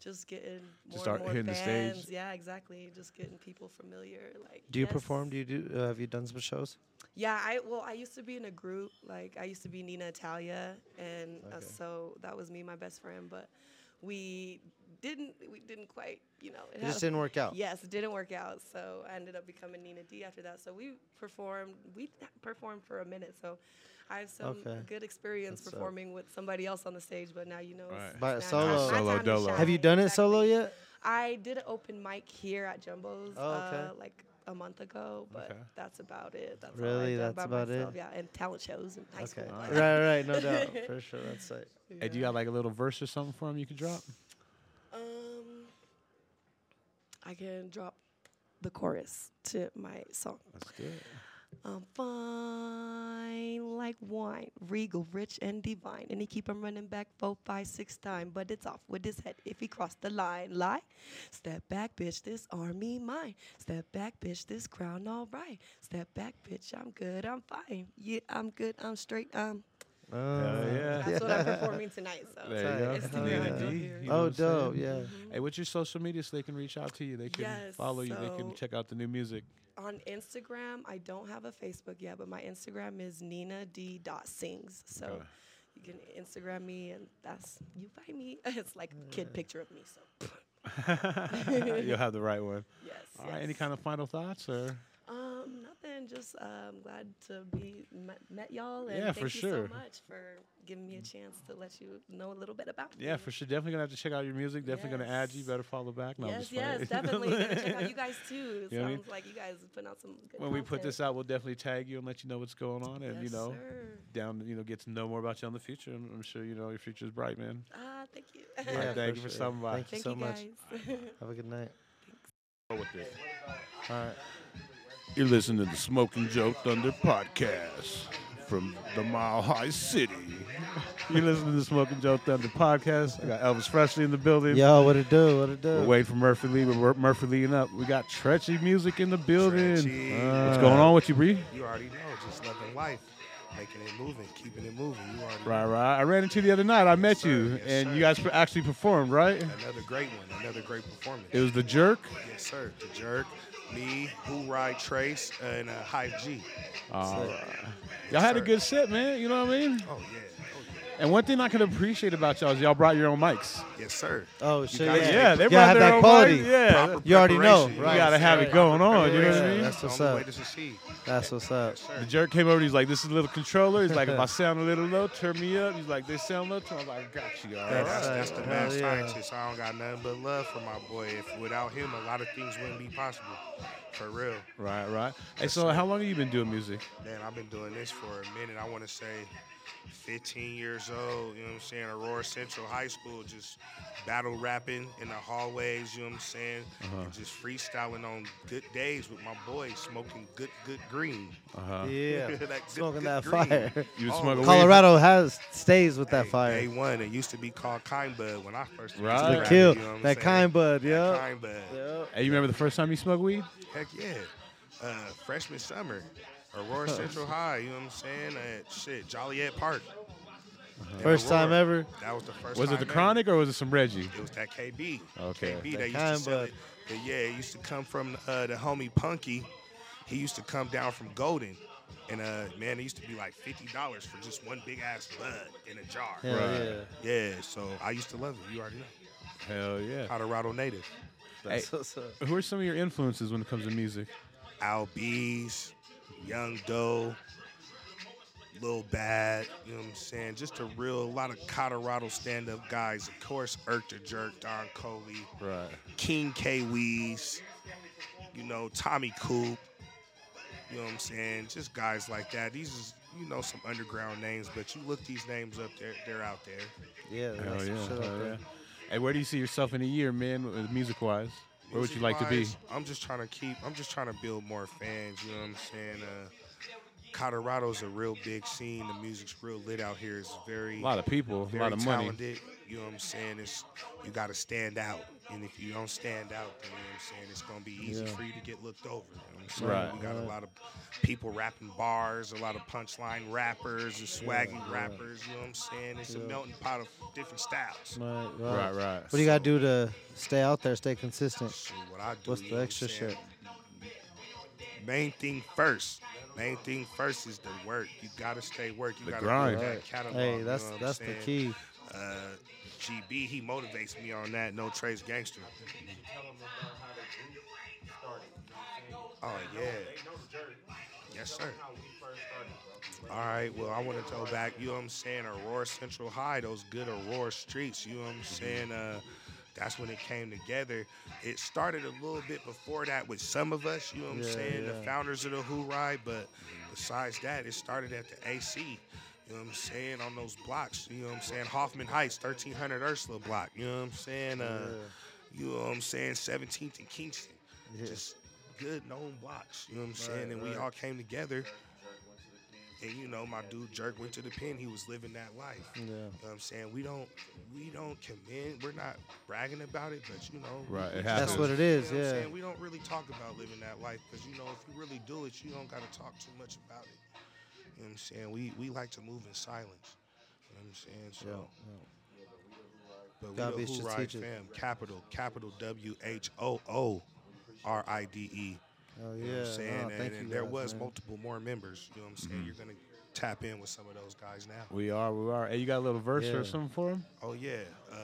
Speaker 5: just getting more
Speaker 1: Oh, start
Speaker 5: and more
Speaker 1: hitting the stage.
Speaker 5: fans. Yeah, exactly. Just getting people familiar. Like,
Speaker 2: Do you
Speaker 5: yes.
Speaker 2: perform? Do you do? Uh, have you done some shows?
Speaker 5: Yeah, I well, I used to be in a group. Like I used to be Nina Italia, and uh,
Speaker 2: Okay.
Speaker 5: so that was me, and my best friend. But we didn't, we didn't quite, you know,
Speaker 2: It just didn't work out.
Speaker 5: Yes, it didn't work out. So I ended up becoming Nina D after that. So we performed, we th- performed for a minute. So I have some
Speaker 2: Okay.
Speaker 5: good experience
Speaker 2: What's up.
Speaker 5: performing with somebody else on the stage. But now you know, it's-
Speaker 1: Right.
Speaker 5: it's
Speaker 2: By
Speaker 5: now
Speaker 2: solo.
Speaker 5: my- my
Speaker 1: Solo
Speaker 5: time to
Speaker 1: dolo.
Speaker 5: shine.
Speaker 2: Have you done it solo
Speaker 5: Exactly.
Speaker 2: yet?
Speaker 5: I did an open mic here at Jumbo's
Speaker 2: Oh, okay.
Speaker 5: uh, like a month ago, but
Speaker 1: Okay.
Speaker 5: that's about it. That's all
Speaker 2: Really?
Speaker 5: I've done
Speaker 2: That's
Speaker 5: by
Speaker 2: about it?
Speaker 5: myself. Yeah, and talent shows in high
Speaker 2: Okay.
Speaker 5: school.
Speaker 1: All
Speaker 5: like-
Speaker 1: right.
Speaker 2: right, right, no doubt.
Speaker 5: [LAUGHS]
Speaker 2: For sure, that's it.
Speaker 1: And do you got like a little verse or something for him you can drop?
Speaker 5: Um, I can drop the chorus to my song.
Speaker 1: Let's do it.
Speaker 5: I'm fine like wine, regal, rich, and divine. And he keep on running back four, five, six time, but it's off with his head if he cross the line. Lie, step back, bitch, this army mine. Step back, bitch, this crown all right. Step back, bitch, I'm good, I'm fine. Yeah, I'm good, I'm straight, um.
Speaker 2: Uh,
Speaker 1: Oh, yeah.
Speaker 5: That's what I'm performing tonight, so.
Speaker 1: There you go.
Speaker 5: It's
Speaker 2: Hell
Speaker 5: the
Speaker 2: yeah.
Speaker 5: grind, you'll hear it.
Speaker 1: You know
Speaker 2: Oh,
Speaker 1: what I'm saying? Mm-hmm.
Speaker 2: dope. Yeah.
Speaker 1: Hey, what's your social media so they can reach out to you? They can
Speaker 5: Yes,
Speaker 1: follow you. They can
Speaker 5: so-
Speaker 1: check out the new
Speaker 5: [LAUGHS]
Speaker 1: music.
Speaker 5: on Instagram, I don't have a Facebook yet, but my Instagram is Nina D. Sings. So
Speaker 1: Okay.
Speaker 5: you can Instagram me, and that's you find me. [LAUGHS] it's like a kid picture of me. So
Speaker 1: [LAUGHS] You'll have the right one.
Speaker 5: [LAUGHS] yes.
Speaker 1: All right. Any kind of final thoughts or?
Speaker 5: Um, nothing. Just uh, I'm glad to be met, met y'all, and
Speaker 1: Yeah,
Speaker 5: thank
Speaker 1: for
Speaker 5: you
Speaker 1: sure.
Speaker 5: so much for giving me a chance to let you know a little bit about.
Speaker 1: Yeah,
Speaker 5: me.
Speaker 1: for sure. Definitely gonna have to check out your music. Definitely gonna add you.
Speaker 5: Yes.
Speaker 1: Better follow back. No, I'm
Speaker 5: yes,
Speaker 1: just playing.
Speaker 5: yes, definitely. Gotta check out you guys too. It
Speaker 1: [LAUGHS] You know what I mean?
Speaker 5: sounds like you guys put out some good.
Speaker 1: when we put this
Speaker 5: content.
Speaker 1: out, we'll definitely tag you and let you know what's going on, and you
Speaker 5: Yes,
Speaker 1: know,
Speaker 5: sir.
Speaker 1: down, you know, get to know more about you on the future. I'm, I'm sure you know your future's bright, man.
Speaker 5: Ah, thank you.
Speaker 1: All right,
Speaker 2: Yeah,
Speaker 1: thank
Speaker 2: for
Speaker 1: you for
Speaker 2: sure.
Speaker 1: stopping by.
Speaker 2: Thank
Speaker 5: thank
Speaker 2: so
Speaker 5: you
Speaker 2: much.
Speaker 5: guys.
Speaker 2: [LAUGHS] Have a good night.
Speaker 1: With it.
Speaker 2: All right.
Speaker 1: You're listening to the Smoking Joe Thunder podcast from the Mile High City. You're listening to the Smoking Joe Thunder podcast. I got Elvis Presley in the building.
Speaker 2: Yo, what it do? What it do?
Speaker 1: We're waiting for Murphy Lee. We're wor- Murphy Leeing up. We got Tretchy music in the building.
Speaker 6: Tretchy.
Speaker 1: What's going on with you, Bree?
Speaker 6: You already know, just living life, making it moving, keeping it moving. You already
Speaker 1: Right, right. I ran into you the other night. I met
Speaker 6: sir.
Speaker 1: you,
Speaker 6: Yes,
Speaker 1: and
Speaker 6: sir.
Speaker 1: you guys actually performed, right?
Speaker 6: another great one, another great performance.
Speaker 1: It was the jerk.
Speaker 6: yes, sir. The jerk, me, Who Ride Trace, and uh, Hype G.
Speaker 1: Y'all had a
Speaker 6: sir.
Speaker 1: good set, man. You know what I mean?
Speaker 6: Oh yeah, oh yeah.
Speaker 1: And one thing I could appreciate about y'all is y'all brought your own mics.
Speaker 6: Yes, sir.
Speaker 2: Oh shit!
Speaker 6: guys
Speaker 2: Yeah,
Speaker 6: make
Speaker 1: Yeah, they
Speaker 2: Y'all
Speaker 1: brought
Speaker 2: have
Speaker 1: their
Speaker 2: that
Speaker 1: own
Speaker 2: quality.
Speaker 1: mics. Yeah,
Speaker 6: Proper
Speaker 2: You already know,
Speaker 6: preparation,
Speaker 2: right.
Speaker 1: you gotta have it going on. You know what I
Speaker 6: Preparation,
Speaker 1: mean?
Speaker 2: That's what's
Speaker 6: the only
Speaker 2: up.
Speaker 6: way to succeed.
Speaker 2: That's what's up.
Speaker 1: The jerk came over. and He's like, "This is a little controller." He's
Speaker 2: [LAUGHS]
Speaker 1: like, "If I sound a little low, turn me up." He's like, "They sound low." too." I was like, "Got you, all
Speaker 6: That's,
Speaker 1: right."
Speaker 6: that's the
Speaker 2: Hell
Speaker 6: mad
Speaker 2: yeah.
Speaker 6: scientist. I don't got nothing but love for my boy. If without him, a lot of things wouldn't be possible. For real.
Speaker 1: Right, right. Hey, so how long have you been doing music?
Speaker 6: Man, I've been doing this for a minute. I want to say 15 years old, you know what I'm saying? Aurora Central High School, just battle rapping in the hallways, you know what I'm saying?
Speaker 2: Uh-huh.
Speaker 6: And just freestyling on good days with my boy, smoking good, good green.
Speaker 1: Uh-huh.
Speaker 2: Yeah,
Speaker 6: [LAUGHS] That good,
Speaker 2: smoking
Speaker 6: good
Speaker 2: that
Speaker 6: green.
Speaker 2: fire.
Speaker 1: You was
Speaker 6: Oh,
Speaker 1: smoking weed.
Speaker 2: Colorado has stays with that
Speaker 6: Hey,
Speaker 2: fire.
Speaker 6: A1, it used to be called Kind Bud when I first used to
Speaker 1: Right.
Speaker 2: The
Speaker 6: rap it,
Speaker 2: kill
Speaker 6: you know what I'm
Speaker 2: that
Speaker 6: saying?
Speaker 2: kind bud.
Speaker 6: That
Speaker 2: Yo.
Speaker 6: Kind Bud.
Speaker 2: Yup.
Speaker 1: Hey, you remember the first time you smoked weed?
Speaker 6: Heck yeah. Uh, freshman summer, Aurora Central High, you know what I'm saying? At shit, Joliet Park. In
Speaker 2: First time
Speaker 6: Aurora.
Speaker 2: ever.
Speaker 6: That was the first
Speaker 1: Was
Speaker 6: time
Speaker 1: it the
Speaker 6: ever.
Speaker 1: chronic or was it some Reggie?
Speaker 6: It was that KB.
Speaker 1: Okay.
Speaker 6: KB,
Speaker 2: That
Speaker 6: they used to
Speaker 2: kind,
Speaker 6: sell
Speaker 2: but-
Speaker 6: it. But yeah, it used to come from uh, the homie Punky. He used to come down from Golden. And uh, man, it used to be like $50 for just one big ass bud in a jar.
Speaker 2: Hell
Speaker 1: Right.
Speaker 2: yeah.
Speaker 6: Yeah, so I used to love it. You already know.
Speaker 1: Hell yeah.
Speaker 6: Colorado native.
Speaker 2: That's what's up.
Speaker 1: Who are some of your influences when it comes to music?
Speaker 6: Al B's, Young Doe, Lil Bad, you know what I'm saying? Just a real, a lot of Colorado stand up guys. Of course, Irk the Jerk, Don Coley,
Speaker 1: Right.
Speaker 6: King K Weeze, you know, Tommy Coop, you know what I'm saying? Just guys like that. These is, you know, some underground names, but you look these names up, they're, they're out there.
Speaker 2: Yeah,
Speaker 1: Hell
Speaker 2: that's
Speaker 1: yeah.
Speaker 2: some shit
Speaker 1: hell
Speaker 2: out
Speaker 1: yeah.
Speaker 2: there.
Speaker 1: Hey, where do you see yourself in a year, man, music wise? Where would you like to be?
Speaker 6: Music-wise, I'm just trying to keep. I'm just trying to build more fans. You know what I'm saying? Uh, Colorado's a real big scene. The music's real lit out here. It's very
Speaker 1: A lot of people, a
Speaker 6: very
Speaker 1: lot of money.
Speaker 6: talented. You know what I'm saying? It's you got to stand out, and if you don't stand out, then you know what I'm saying it's gonna be easy
Speaker 2: Yeah.
Speaker 6: for you to get looked over. You know what I'm saying?
Speaker 1: Right.
Speaker 6: We got a lot of people rapping bars, a lot of punchline rappers, and swaggy rappers. You know what I'm saying? It's
Speaker 2: Yeah.
Speaker 6: a melting pot of different styles.
Speaker 2: Right,
Speaker 1: Right,
Speaker 2: right.
Speaker 1: right.
Speaker 2: What do you gotta do to stay out there, stay consistent?
Speaker 6: Shoot, what I do,
Speaker 2: What's
Speaker 6: you
Speaker 2: the
Speaker 6: know what I'm
Speaker 2: extra
Speaker 6: saying?
Speaker 2: shit?
Speaker 6: main thing first. Main thing first is the work. You gotta stay work. You
Speaker 1: The
Speaker 6: gotta
Speaker 1: grind.
Speaker 6: build
Speaker 2: Right.
Speaker 6: that catalog.
Speaker 2: Hey,
Speaker 6: you
Speaker 2: that's
Speaker 6: know what I'm
Speaker 2: that's the
Speaker 6: saying?
Speaker 2: key.
Speaker 6: Uh, GB, he motivates me on that. No trace gangster. Oh yeah. Yes, sir. All right. Well, I want to go back. You know what I'm saying? Aurora Central High, those good Aurora streets. You know what I'm saying? Uh, that's when it came together. It started a little bit before that with some of us. You know what I'm
Speaker 2: Yeah,
Speaker 6: saying? The
Speaker 2: yeah.
Speaker 6: founders of the Who Ride. But besides that, it started at the AC. You know what I'm saying? On those blocks. You know what I'm saying? Hoffman Heights, 1300 Ursula block. You know what I'm saying? Uh, You know what I'm saying? 17th and Kingston.
Speaker 2: Yeah.
Speaker 6: Just good known blocks. You know what I'm
Speaker 2: Right,
Speaker 6: saying? And we
Speaker 2: right.
Speaker 6: all came together. And you know, my dude Jerk went to the pen. He was living that life.
Speaker 2: Yeah.
Speaker 6: You know what I'm saying? We don't we don't commend. We're not bragging about it, but you know,
Speaker 1: Right, it
Speaker 6: we just
Speaker 1: happens.
Speaker 6: don't-
Speaker 2: That's what it is,
Speaker 6: You know what I'm
Speaker 2: yeah.
Speaker 6: saying? We don't really talk about living that life because you know, if you really do it, you don't got to talk too much about it. You know what I'm saying? We we like to move in silence. You know what I'm saying? So,
Speaker 2: Yeah.
Speaker 6: but we
Speaker 2: Gotta
Speaker 6: the
Speaker 2: be
Speaker 6: Who Ride
Speaker 2: strategic.
Speaker 6: fam, capital capital W H O O R I D E.
Speaker 2: Oh
Speaker 6: You know
Speaker 2: yeah.
Speaker 6: what I'm saying?
Speaker 2: nah,
Speaker 6: and
Speaker 2: thank
Speaker 6: and
Speaker 2: you
Speaker 6: there
Speaker 2: guys,
Speaker 6: was
Speaker 2: man.
Speaker 6: multiple more members. You know what I'm saying?
Speaker 1: Mm-hmm.
Speaker 6: You're gonna tap in with some of those guys now.
Speaker 1: We are, we are. Hey, you got a little verse
Speaker 2: Yeah.
Speaker 1: or something for him?
Speaker 6: Oh yeah. Uh,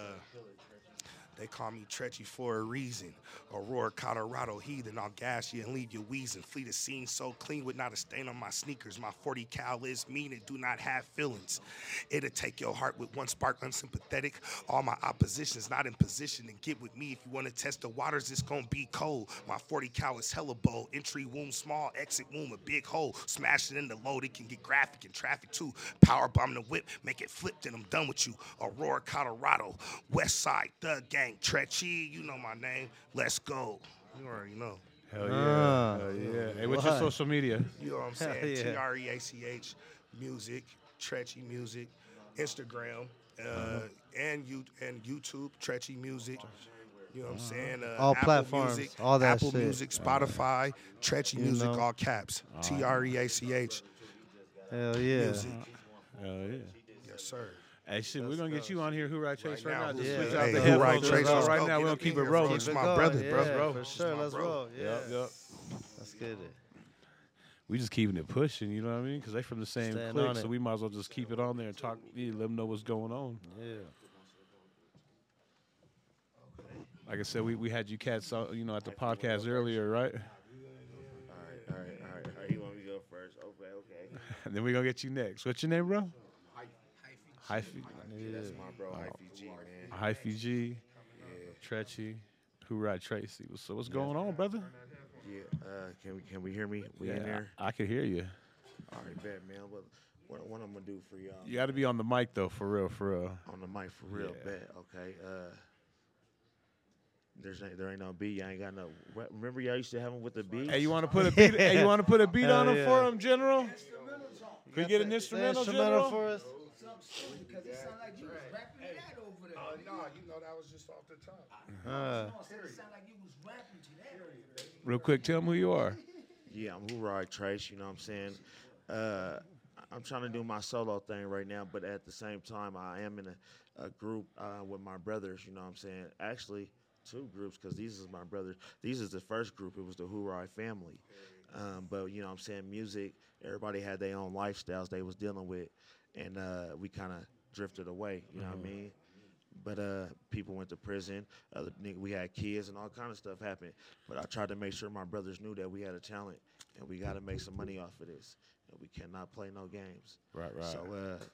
Speaker 6: they call me Tretchy for a reason. Aurora, Colorado heathen. I'll gas you and leave you wheezing. Fleet of scene so clean with not a stain on my sneakers. My 40 cal is mean and do not have feelings. It'll take your heart with one spark unsympathetic. All my opposition's not in position and get with me if you want to test the waters. It's gonna be cold. My 40 cal is hella bold. Entry womb small, exit womb a big hole. Smash it in the load. It can get graphic and traffic too. Power bomb the whip, make it flip, then I'm done with you. Aurora, Colorado, West Side, Thug Gang, Tretchy, you know my name. Let's go. You already know.
Speaker 1: Hell yeah.
Speaker 2: Ah,
Speaker 1: Hell yeah. Hey, what's your
Speaker 2: what?
Speaker 1: social media?
Speaker 6: You know what I'm
Speaker 2: [LAUGHS] Hell
Speaker 6: saying?
Speaker 2: yeah.
Speaker 6: T R E A C H music, Tretchy music, Instagram, uh,
Speaker 1: Uh-huh.
Speaker 6: and you and YouTube, Tretchy music. You know what I'm
Speaker 1: Uh-huh.
Speaker 6: saying? Uh,
Speaker 2: All
Speaker 6: Apple
Speaker 2: platforms,
Speaker 6: Music,
Speaker 2: all that
Speaker 6: Apple
Speaker 2: shit.
Speaker 6: Music, Spotify, Tretchy
Speaker 2: You
Speaker 6: music,
Speaker 2: know.
Speaker 6: all caps. T R E A C H
Speaker 2: Hell yeah.
Speaker 6: music.
Speaker 1: Hell Oh, yeah.
Speaker 6: Yes, sir.
Speaker 1: Hey, shit, we're going to get you on here, Who Right Chase, right,
Speaker 6: now,
Speaker 1: now.
Speaker 6: Who
Speaker 1: Just
Speaker 2: Right
Speaker 1: switch
Speaker 2: Now.
Speaker 1: out the
Speaker 2: Hey, Who Right
Speaker 1: headphones.
Speaker 2: Chase, let's
Speaker 1: right
Speaker 6: go. Get
Speaker 1: now, we're going
Speaker 6: up
Speaker 1: to keep it
Speaker 6: in here.
Speaker 1: rolling.
Speaker 6: Keep
Speaker 2: Keep it
Speaker 6: my
Speaker 2: going,
Speaker 6: brother,
Speaker 2: yeah,
Speaker 6: bro.
Speaker 1: Bro.
Speaker 2: For sure.
Speaker 6: my
Speaker 2: Let's
Speaker 6: bro.
Speaker 2: roll. Yeah.
Speaker 1: Yup, yup.
Speaker 2: Let's get it.
Speaker 1: We just keeping it pushing, you know what I mean? Because they from the same
Speaker 2: Staying
Speaker 1: clique,
Speaker 2: on
Speaker 1: so
Speaker 2: it.
Speaker 1: we might as well just keep it on there and talk, yeah, let them know what's going on.
Speaker 2: Yeah.
Speaker 1: Like I said, we, we had you cats, uh, you know, at the podcast earlier, right?
Speaker 4: All
Speaker 1: [LAUGHS]
Speaker 4: right, all right, all right, all right. You want me to go first? Okay, okay.
Speaker 1: And then we're going to get you next. What's your name, bro? Hyphy. Oh.
Speaker 4: That's my bro, IPG, man.
Speaker 1: Hyphy G. Tretchy. Who Right Tracy. So what's going on, brother?
Speaker 4: Yeah. Uh, can we can we hear me? We in there?
Speaker 1: I, I can hear you.
Speaker 4: All right, bet, man. What what, what I'm gonna do for y'all?
Speaker 1: You got to be on the mic, though, for real, for real.
Speaker 4: on the mic for real,
Speaker 1: Yeah.
Speaker 4: bet. Okay. Uh, there's ain't, there ain't no beat. I ain't got no. re- Remember y'all used to have them with the beat.
Speaker 1: Hey, you want to put a beat? hey, you want to
Speaker 4: [LAUGHS]
Speaker 1: put a beat
Speaker 2: Hell
Speaker 1: on him
Speaker 2: yeah.
Speaker 1: for him, General? Could you get an instrumental, General?
Speaker 2: for us.
Speaker 6: Oh,
Speaker 2: Uh,
Speaker 1: real quick, tell him who you are.
Speaker 4: Yeah, I'm Hoorah Trace. You know what I'm saying? Uh, I'm trying to do my solo thing right now, but at the same time, I am in a, a group uh, with my brothers. You know what I'm saying? Actually, two groups because these is my brothers. These is the first group. It was the Hoorah family. Um, but you know what I'm saying? Music. Everybody had their own lifestyles they was dealing with, and uh, we kind of drifted away. You know what I mean? But uh, people went to prison. Other nigga, we had kids and all kind of stuff happened. But I tried to make sure my brothers knew that we had a talent and we got to make some money off of this. And we cannot play no games.
Speaker 1: Right, right.
Speaker 4: So uh,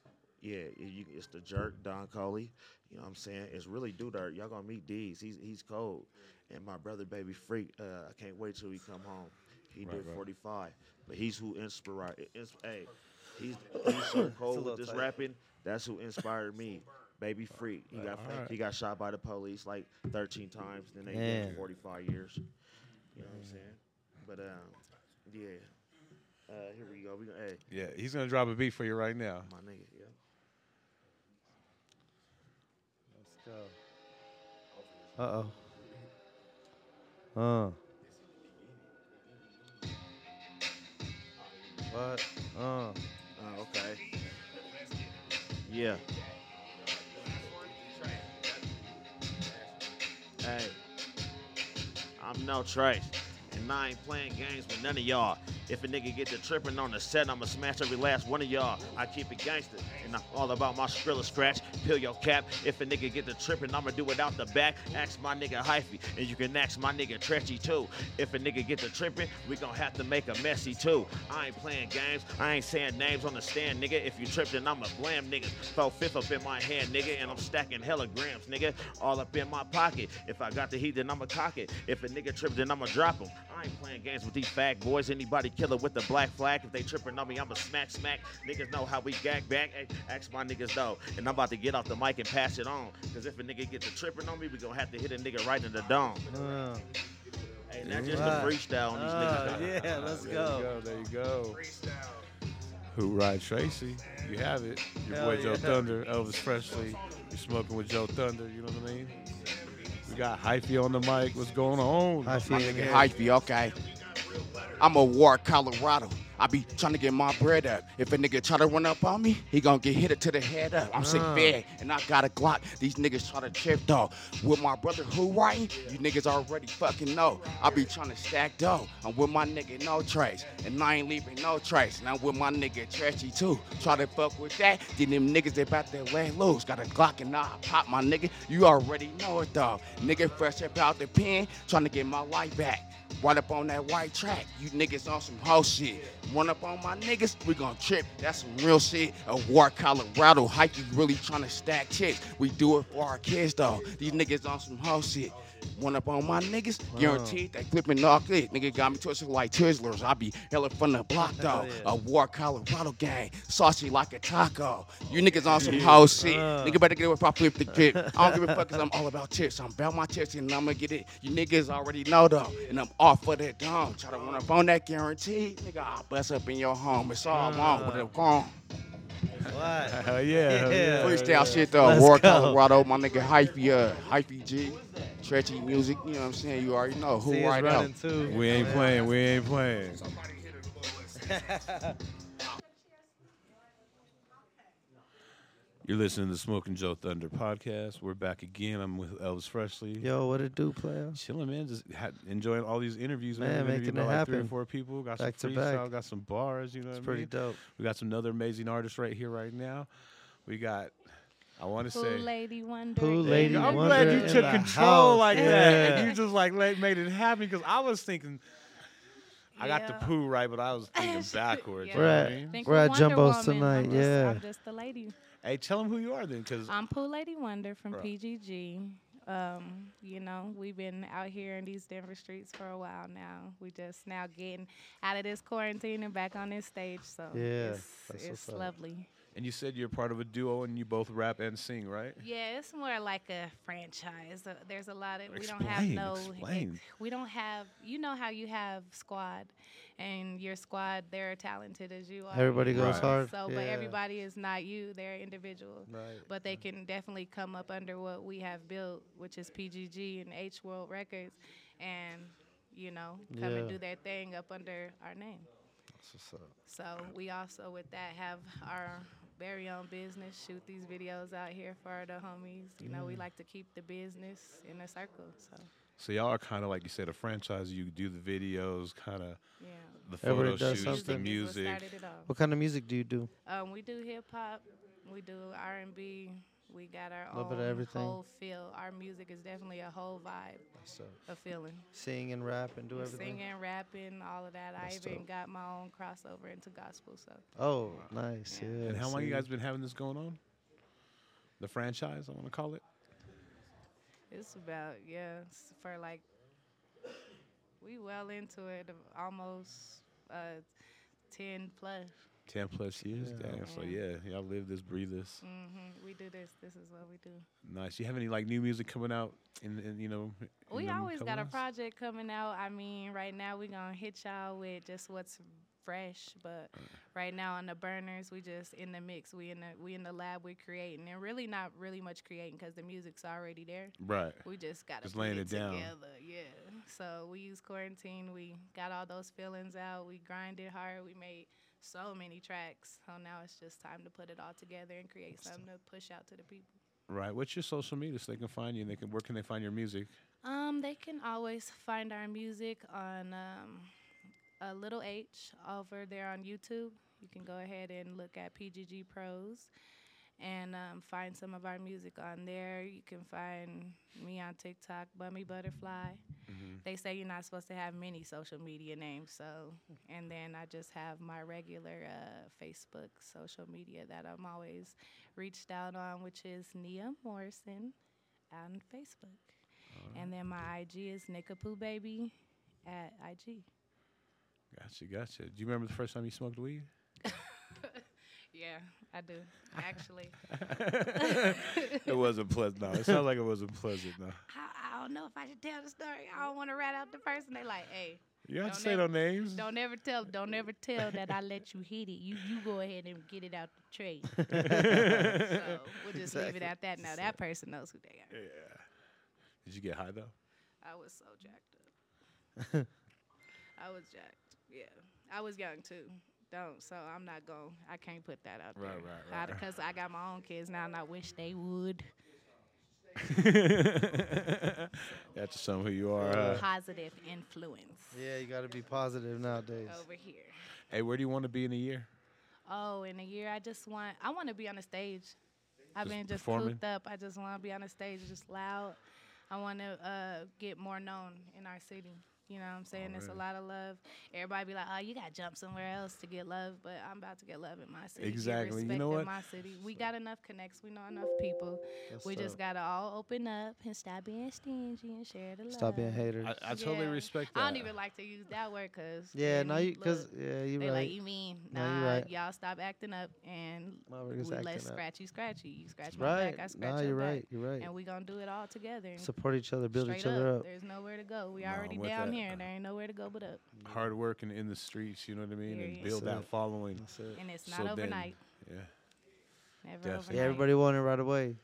Speaker 4: yeah, it- you, it's the jerk Don Coley. You know what I'm saying? It's really do dirt. Y'all gonna meet D's. He's he's cold. And my brother, baby freak. Uh, I can't wait till he come home. He
Speaker 1: Right,
Speaker 4: did
Speaker 1: right.
Speaker 4: 45, but he's who inspired. Hey,
Speaker 1: [COUGHS]
Speaker 4: he's, he's so cold
Speaker 2: little
Speaker 4: with this
Speaker 2: tight.
Speaker 4: rapping. That's who inspired me. Baby freak. He got
Speaker 1: Alright.
Speaker 4: he got shot by the police like 13 times. Then they gave him
Speaker 2: Damn.
Speaker 4: 45 years. You know what I'm saying? But um, yeah. Uh, here we go. We gonna hey,
Speaker 1: Yeah, he's gonna drop a beat for you right now.
Speaker 4: my nigga. Yeah.
Speaker 2: Let's go. Uh oh. Uh. What? Uh.
Speaker 4: Oh, okay. Yeah. Hey, I'm no trace, and I ain't playing games with none of y'all. If a nigga get to tripping on the set, I'ma smash every last one of y'all. I keep it gangster, and I'm all about my Skrilla scratch. Peel your cap. If a nigga get to tripping, I'ma do it out the back. Ask my nigga Hyphy, and you can ask my nigga Tretchy too. If a nigga get to tripping, we gon' have to make a messy too. I ain't playing games, I ain't saying names on the stand, nigga. If you tripped, then I'ma blam niggas. Four fifth up in my hand, nigga, and I'm stacking hella grams, nigga. All up in my pocket. If I got the heat, then I'ma cock it. If a nigga tripped, then I'ma drop him. I ain't playing games with these fag boys. Anybody killer with the black flag. If they tripping on me, I'ma smack smack. Niggas know how we gag back. Ay, Ask my niggas though. And I'm about to get off the mic and pass it on. Cause if a nigga get to tripping on me, we gon' have to hit a nigga right in the dome.
Speaker 2: Uh.
Speaker 4: Hey, not just
Speaker 2: Right.
Speaker 4: the freestyle on these niggas.
Speaker 2: Uh,
Speaker 4: though.
Speaker 2: yeah, let's go.
Speaker 1: There you go. Who ride Tracy? You have it. Your
Speaker 2: Hell
Speaker 1: boy Joe
Speaker 2: yeah.
Speaker 1: Thunder, Elvis Presley. You're smoking with Joe Thunder. You know what I mean? We got Hyphy on the mic. What's going on?
Speaker 2: Hi,
Speaker 7: My
Speaker 2: Fee.
Speaker 7: nigga hypey, okay. I'm a war Colorado. I be trying to get my bread up. If a nigga try to run up on me, he gonna get hit it to the head up. I'm sick
Speaker 2: Uh.
Speaker 7: bad, and I got a Glock. These niggas try to trip though. With my brother who writing, you niggas already fucking know. I be trying to stack dough. I'm with my nigga no trace, and I ain't leaving no trace. And I'm with my nigga trashy too. Try to fuck with that, then them niggas they about to let loose. Got a Glock and I pop my nigga. You already know it though. Nigga fresh up out the pen, trying to get my life back. Run up on that white track. You niggas on some hoe shit. Run up on my niggas, we gon' trip. That's some real shit. A war Colorado hike, you really tryna stack chicks. We do it for our kids though. These niggas on some hoe shit. Run up on my niggas, guaranteed they flippin' all it. Nigga got me twisted like Twizzlers. I be hella from the block though.
Speaker 2: yeah.
Speaker 7: A war Colorado gang, saucy like a taco. You niggas on some hoe shit.
Speaker 2: Uh.
Speaker 7: Nigga better get away if I flip the grip. I don't give a fuck cause I'm all about tips. I'm about my tips and I'ma get it. You niggas already know though. And I'm off for that dome. Try to run up on that guarantee. Nigga, I'll bust up in your home. It's all wrong with the gone.
Speaker 2: What?
Speaker 1: Hell yeah. hell
Speaker 2: Yeah.
Speaker 7: Freestyle shit though.
Speaker 2: Let's
Speaker 7: War
Speaker 2: go.
Speaker 7: Colorado, my nigga Hyphy, uh, Hyphy G. Tretchy music, you know what I'm saying? You already know who
Speaker 2: See, it's
Speaker 7: right now.
Speaker 2: running too.
Speaker 1: We [LAUGHS] ain't playing. We ain't playing.
Speaker 6: [LAUGHS]
Speaker 1: You're listening to Smoking Joe Thunder podcast. We're back again. I'm with Elvis Presley.
Speaker 2: Yo, what it do, player?
Speaker 1: Chilling, man. Just ha- enjoying all these interviews.
Speaker 2: Man,
Speaker 1: We've interviewed
Speaker 2: making
Speaker 1: about
Speaker 2: it
Speaker 1: like Three or
Speaker 2: happen.
Speaker 1: four people. Got
Speaker 2: Back
Speaker 1: some
Speaker 2: to back.
Speaker 1: freestyle. Got some bars. You know,
Speaker 2: It's
Speaker 1: what I
Speaker 2: pretty
Speaker 1: mean?
Speaker 2: dope.
Speaker 1: We got some other amazing artists right here, right now. We got. I want to
Speaker 8: Pool
Speaker 1: say.
Speaker 8: Lady Wonder.
Speaker 2: Pool
Speaker 8: in
Speaker 1: There you
Speaker 2: Lady
Speaker 1: go. I'm
Speaker 2: Wonder
Speaker 1: glad you
Speaker 2: in
Speaker 1: took
Speaker 2: the
Speaker 1: control
Speaker 2: house.
Speaker 1: like that.
Speaker 2: Yeah.
Speaker 1: And you just like let, made it happen because I was thinking I got the
Speaker 8: Yeah.
Speaker 1: poo right, but I was thinking
Speaker 8: Shit,
Speaker 1: backwards.
Speaker 8: yeah.
Speaker 1: You know what I
Speaker 2: Right.
Speaker 1: mean?
Speaker 8: Think
Speaker 2: We're
Speaker 8: I'm
Speaker 2: at
Speaker 8: Wonder
Speaker 2: Jumbo's
Speaker 8: Woman.
Speaker 2: tonight,
Speaker 8: I'm
Speaker 2: yeah.
Speaker 8: Just, Um, I'm just the lady.
Speaker 1: Hey, tell them who you are then, because
Speaker 8: I'm Pool Lady Wonder from
Speaker 1: Bruh.
Speaker 8: PGG. Um, you know, we've been out here in these Denver streets for a while now. We just now getting out of this quarantine and back on this stage. So
Speaker 2: Yeah,
Speaker 8: it's,
Speaker 2: that's
Speaker 8: it's
Speaker 2: what's up.
Speaker 8: lovely.
Speaker 1: and you said you're part of a duo and you both rap and sing, right?
Speaker 8: Yeah, it's more like a franchise. Uh, There's a lot of we don't have
Speaker 1: Explain,
Speaker 8: no.
Speaker 1: explain.
Speaker 8: we don't have. You know how you have squad, and your squad they're talented as you are.
Speaker 2: Everybody
Speaker 8: you know?
Speaker 2: goes
Speaker 1: Right.
Speaker 2: hard.
Speaker 8: So,
Speaker 2: yeah.
Speaker 8: but everybody is not you. They're individual.
Speaker 2: Right.
Speaker 8: But they can definitely come up under what we have built, which is PGG and H World Records, and you know come and
Speaker 2: Yeah.
Speaker 8: do their thing up under our name.
Speaker 2: That's what's up.
Speaker 8: So we also with that have our very own business, shoot these videos out here for the homies. You know, we
Speaker 2: Mm.
Speaker 8: like to keep the business in a circle. So
Speaker 1: So y'all are kind of like you said, a franchise. You do the videos, kind of
Speaker 8: yeah.
Speaker 1: the photo
Speaker 2: Everybody does
Speaker 1: shoots, the
Speaker 2: something.
Speaker 8: is what
Speaker 1: music.
Speaker 8: started it all.
Speaker 2: What kind of music do you do?
Speaker 8: Um, we do hip hop, we do R and B, We got our
Speaker 2: Little
Speaker 8: own
Speaker 2: bit of everything.
Speaker 8: whole feel. Our music is definitely a whole vibe,
Speaker 2: So
Speaker 8: a feeling.
Speaker 2: sing and rap and do everything.
Speaker 8: Singing, rapping, all of that.
Speaker 2: That's
Speaker 8: I even
Speaker 2: dope.
Speaker 8: got my own crossover into gospel. So
Speaker 2: Oh, nice. Yeah.
Speaker 1: And how long
Speaker 2: see?
Speaker 1: you guys been having this going on? The franchise, I want to call it.
Speaker 8: it's about yeah, it's for like we well into it, uh, almost uh, ten plus.
Speaker 1: Ten plus years.
Speaker 2: Yeah.
Speaker 1: Damn. So yeah,
Speaker 8: Yeah.
Speaker 1: y'all live this, breathe this.
Speaker 8: hmm We do this. This is what we do.
Speaker 1: Nice. You have any like new music coming out? In, in you know. in
Speaker 8: We
Speaker 1: the
Speaker 8: always
Speaker 1: couple
Speaker 8: got a
Speaker 1: months?
Speaker 8: project coming out. I mean, right now we gonna hit y'all with just what's fresh, but
Speaker 1: Uh.
Speaker 8: right now on the burners, we just in the mix. We in the we in the lab. We're creating and really not really much creating because the music's already there.
Speaker 1: Right.
Speaker 8: We just gotta
Speaker 1: Just
Speaker 8: put
Speaker 1: laying
Speaker 8: it,
Speaker 1: it down.
Speaker 8: together. Yeah. So we use quarantine. We got all those feelings out. We grinded hard. We made so many tracks. So now it's just time to put it all together and create something to push out to the people.
Speaker 1: Right. What's your social media so they can find you and they can where can they find your music?
Speaker 8: Um, they can always find our music on um, a little H over there on YouTube. You can go ahead and look at PGG Pros and um, find some of our music on there. You can find me on TikTok, Bummy Butterfly. They say you're not supposed to have many social media names, so and then I just have my regular uh, Facebook social media that I'm always reached out on, which is Nia Morrison on Facebook. And then my IG is Nickapoo Baby at IG.
Speaker 1: Gotcha, gotcha. Do you remember the first time you
Speaker 8: [LAUGHS]
Speaker 1: smoked weed? [LAUGHS]
Speaker 8: Yeah, I do. Actually, [LAUGHS]
Speaker 1: it wasn't pleasant. No, it sounds like it wasn't pleasant. No,
Speaker 8: I, I don't know if I should tell the story. I don't want to rat out the person. They like, hey,
Speaker 1: you have
Speaker 8: Don't
Speaker 1: to say no
Speaker 8: ever-
Speaker 1: names.
Speaker 8: don't ever tell, don't ever tell that I let you hit it. You you go ahead and get it out the
Speaker 1: [LAUGHS]
Speaker 8: tray. so we'll just leave it at that. Now that person knows who they are.
Speaker 1: Did you get high though?
Speaker 8: I was so jacked up.
Speaker 1: [LAUGHS]
Speaker 8: I was jacked. Yeah, I was young too. Don't so I'm not going. I can't put that out
Speaker 1: Right,
Speaker 8: there.
Speaker 1: right, right.
Speaker 8: Because I got my own kids now, and I wish they would.
Speaker 1: That's just some who you are. uh, huh?
Speaker 8: Positive influence
Speaker 2: Yeah, you gotta be positive nowadays.
Speaker 8: over here.
Speaker 1: hey, where do you want to be in a year?
Speaker 8: Oh, in a year, I just want. I want to be on a stage. I've
Speaker 1: Just
Speaker 8: been just
Speaker 1: performing?
Speaker 8: cooped up. I just want to be on a stage, just loud. I want to uh, get more known in our city. You know what I'm
Speaker 1: Oh,
Speaker 8: saying? There's a lot of love. Everybody be like, oh, you got to jump somewhere else to get love, but I'm about to get love in my city. get
Speaker 1: Exactly. You
Speaker 8: respect
Speaker 1: know
Speaker 8: in
Speaker 1: what?
Speaker 8: my city. We got enough connects. We know enough people.
Speaker 2: That's
Speaker 8: we just
Speaker 2: dope.
Speaker 8: got to all open up and stop being stingy and share the love.
Speaker 2: Stop being haters.
Speaker 1: I, I totally
Speaker 8: Yeah.
Speaker 1: respect that.
Speaker 8: I don't even like to use that word because.
Speaker 2: yeah, now you because yeah, you're
Speaker 8: They
Speaker 2: right.
Speaker 8: like you mean
Speaker 2: No, you're
Speaker 8: nah,
Speaker 2: right.
Speaker 8: y'all stop acting up and we
Speaker 2: Motherfuckers acting
Speaker 8: less
Speaker 2: up.
Speaker 8: scratchy scratchy. You scratch my
Speaker 2: right.
Speaker 8: back, I scratch
Speaker 2: Nah,
Speaker 8: your
Speaker 2: you're
Speaker 8: back,
Speaker 2: right. You're right.
Speaker 8: and we gonna do it all together. and
Speaker 2: Support each other, build
Speaker 8: straight
Speaker 2: each other up.
Speaker 8: There's nowhere to go. We
Speaker 1: Nah, I'm
Speaker 8: already
Speaker 1: with
Speaker 8: down
Speaker 1: that.
Speaker 8: here. There ain't nowhere to go but up,
Speaker 1: Hard work and in the streets. You know what I mean? And
Speaker 8: Period.
Speaker 1: build
Speaker 2: That's
Speaker 1: that
Speaker 2: it.
Speaker 1: following.
Speaker 2: That's it.
Speaker 8: and it's
Speaker 1: So
Speaker 8: not
Speaker 1: then-
Speaker 8: overnight.
Speaker 1: yeah.
Speaker 8: Never
Speaker 1: Definitely.
Speaker 8: overnight.
Speaker 2: Yeah, everybody want it right away.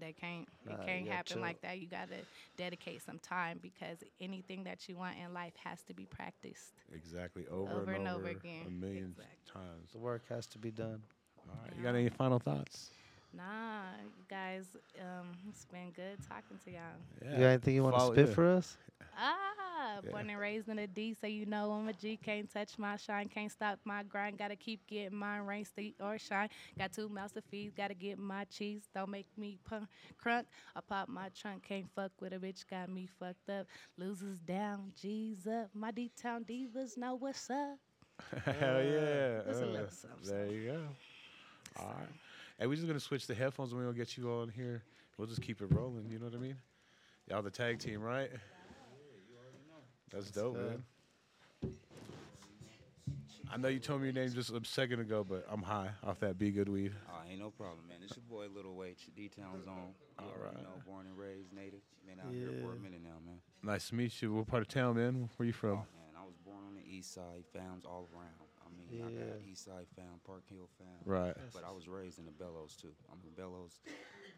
Speaker 8: That can't.
Speaker 2: Nah, you
Speaker 8: it can't
Speaker 2: gotta
Speaker 8: happen
Speaker 2: chill.
Speaker 8: like that. You gotta dedicate some time because anything that you want in life has to be practiced.
Speaker 1: Exactly. Over,
Speaker 8: Over
Speaker 1: and,
Speaker 8: and
Speaker 1: over
Speaker 8: over again.
Speaker 1: A million
Speaker 8: Exactly.
Speaker 1: times.
Speaker 2: The work has to be done.
Speaker 1: All right. You got any final thoughts?
Speaker 8: Nah, you guys, um, it's been good talking to y'all.
Speaker 2: You
Speaker 1: Yeah.
Speaker 2: got anything you want to
Speaker 1: Follow-
Speaker 2: spit
Speaker 1: yeah.
Speaker 2: for us?
Speaker 8: Ah, born and raised in a D, so you know I'm a G. Can't touch my shine, can't stop my grind. Gotta keep getting mine, rain, sleet, or shine. Got two mouths to feed, gotta get my cheese. Don't make me punk, crunk. I pop my trunk, can't fuck with a bitch, got me fucked up. Losers down, G's up. My D Town divas know what's up.
Speaker 1: [LAUGHS] Hell yeah.
Speaker 8: That's a
Speaker 1: uh,
Speaker 8: little something,
Speaker 1: There you go. All right. And we're just going to switch the headphones and we're going to get you on here. We'll just keep it rolling. You know what I mean? Y'all the tag team, right? That's dope, man. I know you told me your name just a second ago, but I'm high off that Be Good weed.
Speaker 9: Oh, ain't no problem, man. It's your boy Little Wait, D Town Zone. You
Speaker 1: All
Speaker 9: already
Speaker 1: right.
Speaker 9: know, born and raised native. Been out here for a minute now, man.
Speaker 1: Nice to meet you. What part of town, man? Where you from?
Speaker 9: Oh man, I was born on the east side, fams all around. I mean, I got
Speaker 2: Yeah.
Speaker 9: east side fam, Park Hill fam.
Speaker 1: Right.
Speaker 9: But I was raised in the Bellows too. I'm a Bellows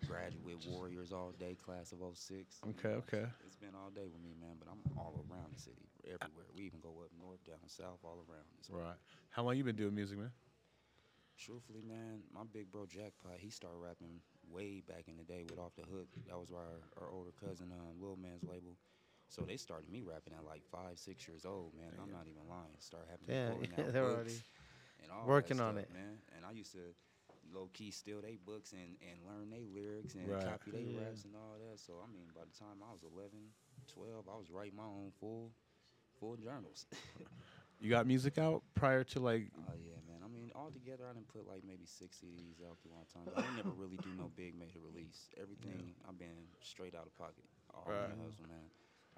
Speaker 9: graduate warriors all day, class of 06.
Speaker 1: Okay, okay.
Speaker 9: It's been all day with me, man, but I'm all around the city, everywhere. We even go up north, down south, all around. It's
Speaker 1: Right. How long you been doing music, man?
Speaker 9: Truthfully, man, my big bro Jackpot, he started rapping way back in the day with Off the Hook. That was our, our older cousin, um, Lil Man's label. So they started me rapping at like five, six years old, man. I'm not even lying. Started having me
Speaker 2: [LAUGHS] Damn,
Speaker 9: pulling
Speaker 2: yeah,
Speaker 9: out
Speaker 2: they're
Speaker 9: hooks
Speaker 2: already
Speaker 9: and all that
Speaker 2: working on
Speaker 9: stuff,
Speaker 2: it.
Speaker 9: man. And I used to low key steal they books and, and learn they lyrics and
Speaker 1: Right.
Speaker 9: copy they
Speaker 2: Yeah.
Speaker 9: raps and all that. So I mean, by the time I was 11, 12, I was writing my own full full journals. [LAUGHS]
Speaker 1: You got music out prior to like
Speaker 9: Oh yeah, man. I mean, altogether, I done put like maybe six CDs out through my time. I ain't never really do no big major release. Everything I've been straight out of pocket. All
Speaker 1: Right.
Speaker 9: my hustle, man.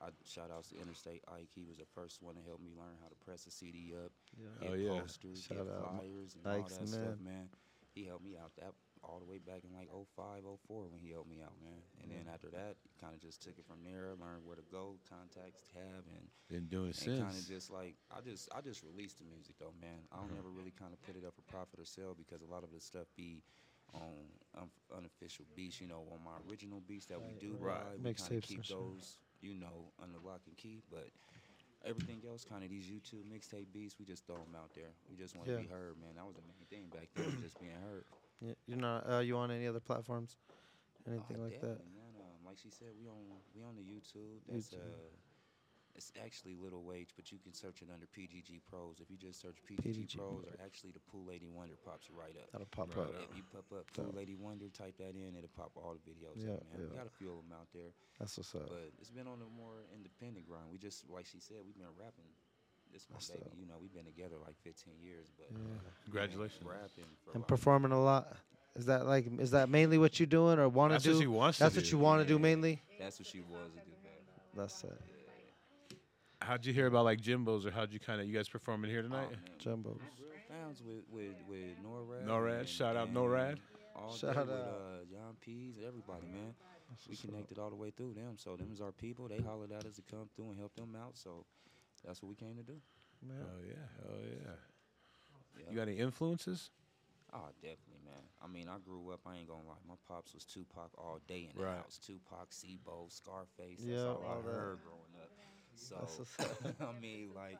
Speaker 9: I shout outs to Interstate Ike. He was the first one to help me learn how to press a CD up,
Speaker 2: Yeah.
Speaker 9: get
Speaker 1: Oh, yeah.
Speaker 9: posters,
Speaker 2: Shout
Speaker 9: get
Speaker 2: out Ma-
Speaker 9: flyers, and
Speaker 2: Ike's
Speaker 9: all
Speaker 2: the
Speaker 9: that stuff,
Speaker 2: man.
Speaker 9: man. He helped me out that all the way back in like 05, 04 when he helped me out, man. And then after that, kind of just took it from there, learned where to go, contacts, tab, and
Speaker 1: been doing it
Speaker 9: and kind of
Speaker 1: since? Mm-hmm.
Speaker 9: just like I just I just release the music though, man. I don't ever really kind of put it up for profit or sell because a lot of the stuff be on un- unofficial beats, you know, on my original beats that we do
Speaker 1: right.
Speaker 9: ride. We kind
Speaker 2: Mixtapes
Speaker 9: of
Speaker 2: and
Speaker 9: keep
Speaker 2: shit.
Speaker 9: those, you know, under lock and key. But everything else, kind of these YouTube mixtape beats, we just throw them out there. We just want to
Speaker 2: Yeah.
Speaker 9: be heard, man. That was the main thing back then, was just being heard.
Speaker 2: Y- You're not. Uh, you on any other platforms? Anything
Speaker 9: Oh,
Speaker 2: like that?
Speaker 9: definitely, Man. Um, like she said, we on we on the YouTube. That's
Speaker 2: YouTube.
Speaker 9: uh, it's actually Little Wage, but you can search it under PGG Pros. If you just search PGG,
Speaker 2: PGG
Speaker 9: Pros, or actually the Pool Lady Wonder pops right up.
Speaker 2: That'll pop
Speaker 1: Right
Speaker 2: up.
Speaker 9: If you pop up Pool Lady Wonder, type that in, it'll pop all the videos.
Speaker 2: Yeah,
Speaker 9: up, man. We
Speaker 2: yeah.
Speaker 9: got a few of them out there,
Speaker 2: That's what's up.
Speaker 9: but it's been on a more independent grind. We just like she said, we've been rapping. This my
Speaker 2: That's
Speaker 9: baby,
Speaker 2: dope.
Speaker 9: you know, we've been together like 15 years, but
Speaker 2: Yeah.
Speaker 9: we've been
Speaker 1: Congratulations.
Speaker 9: rapping for
Speaker 2: And
Speaker 9: like
Speaker 2: performing a lot. Is that like? Is that mainly what you doing or want to
Speaker 1: That's what
Speaker 2: do?
Speaker 1: she wants to
Speaker 2: That's what
Speaker 1: do.
Speaker 2: you want to do mainly.
Speaker 9: that's what she was a good man.
Speaker 2: That's it.
Speaker 1: How'd you hear about like Jimbo's or how'd you kind of you guys performing here
Speaker 9: Oh,
Speaker 1: tonight?
Speaker 9: man,
Speaker 2: Jumbo.
Speaker 9: Fans with with with NORAD.
Speaker 1: NORAD,
Speaker 9: and-
Speaker 1: shout out NORAD.
Speaker 9: and All
Speaker 2: Shout
Speaker 9: day
Speaker 2: out.
Speaker 9: with, uh, John Pease, everybody, man. We connected all the way through them, so them is our people. They hollered at us to come through and help them out, so that's what we came to do.
Speaker 1: Oh yeah, oh yeah.
Speaker 9: Yeah.
Speaker 1: You got any influences?
Speaker 9: Oh, definitely, man. I mean, I grew up. I ain't gonna lie. My pops was Tupac all day in the
Speaker 1: Right.
Speaker 9: house. Tupac, Sebo, Scarface. That's
Speaker 2: Yeah,
Speaker 9: all I
Speaker 2: all that.
Speaker 9: heard growing up. So
Speaker 2: That's what's
Speaker 9: [LAUGHS]
Speaker 2: up.
Speaker 9: I mean, like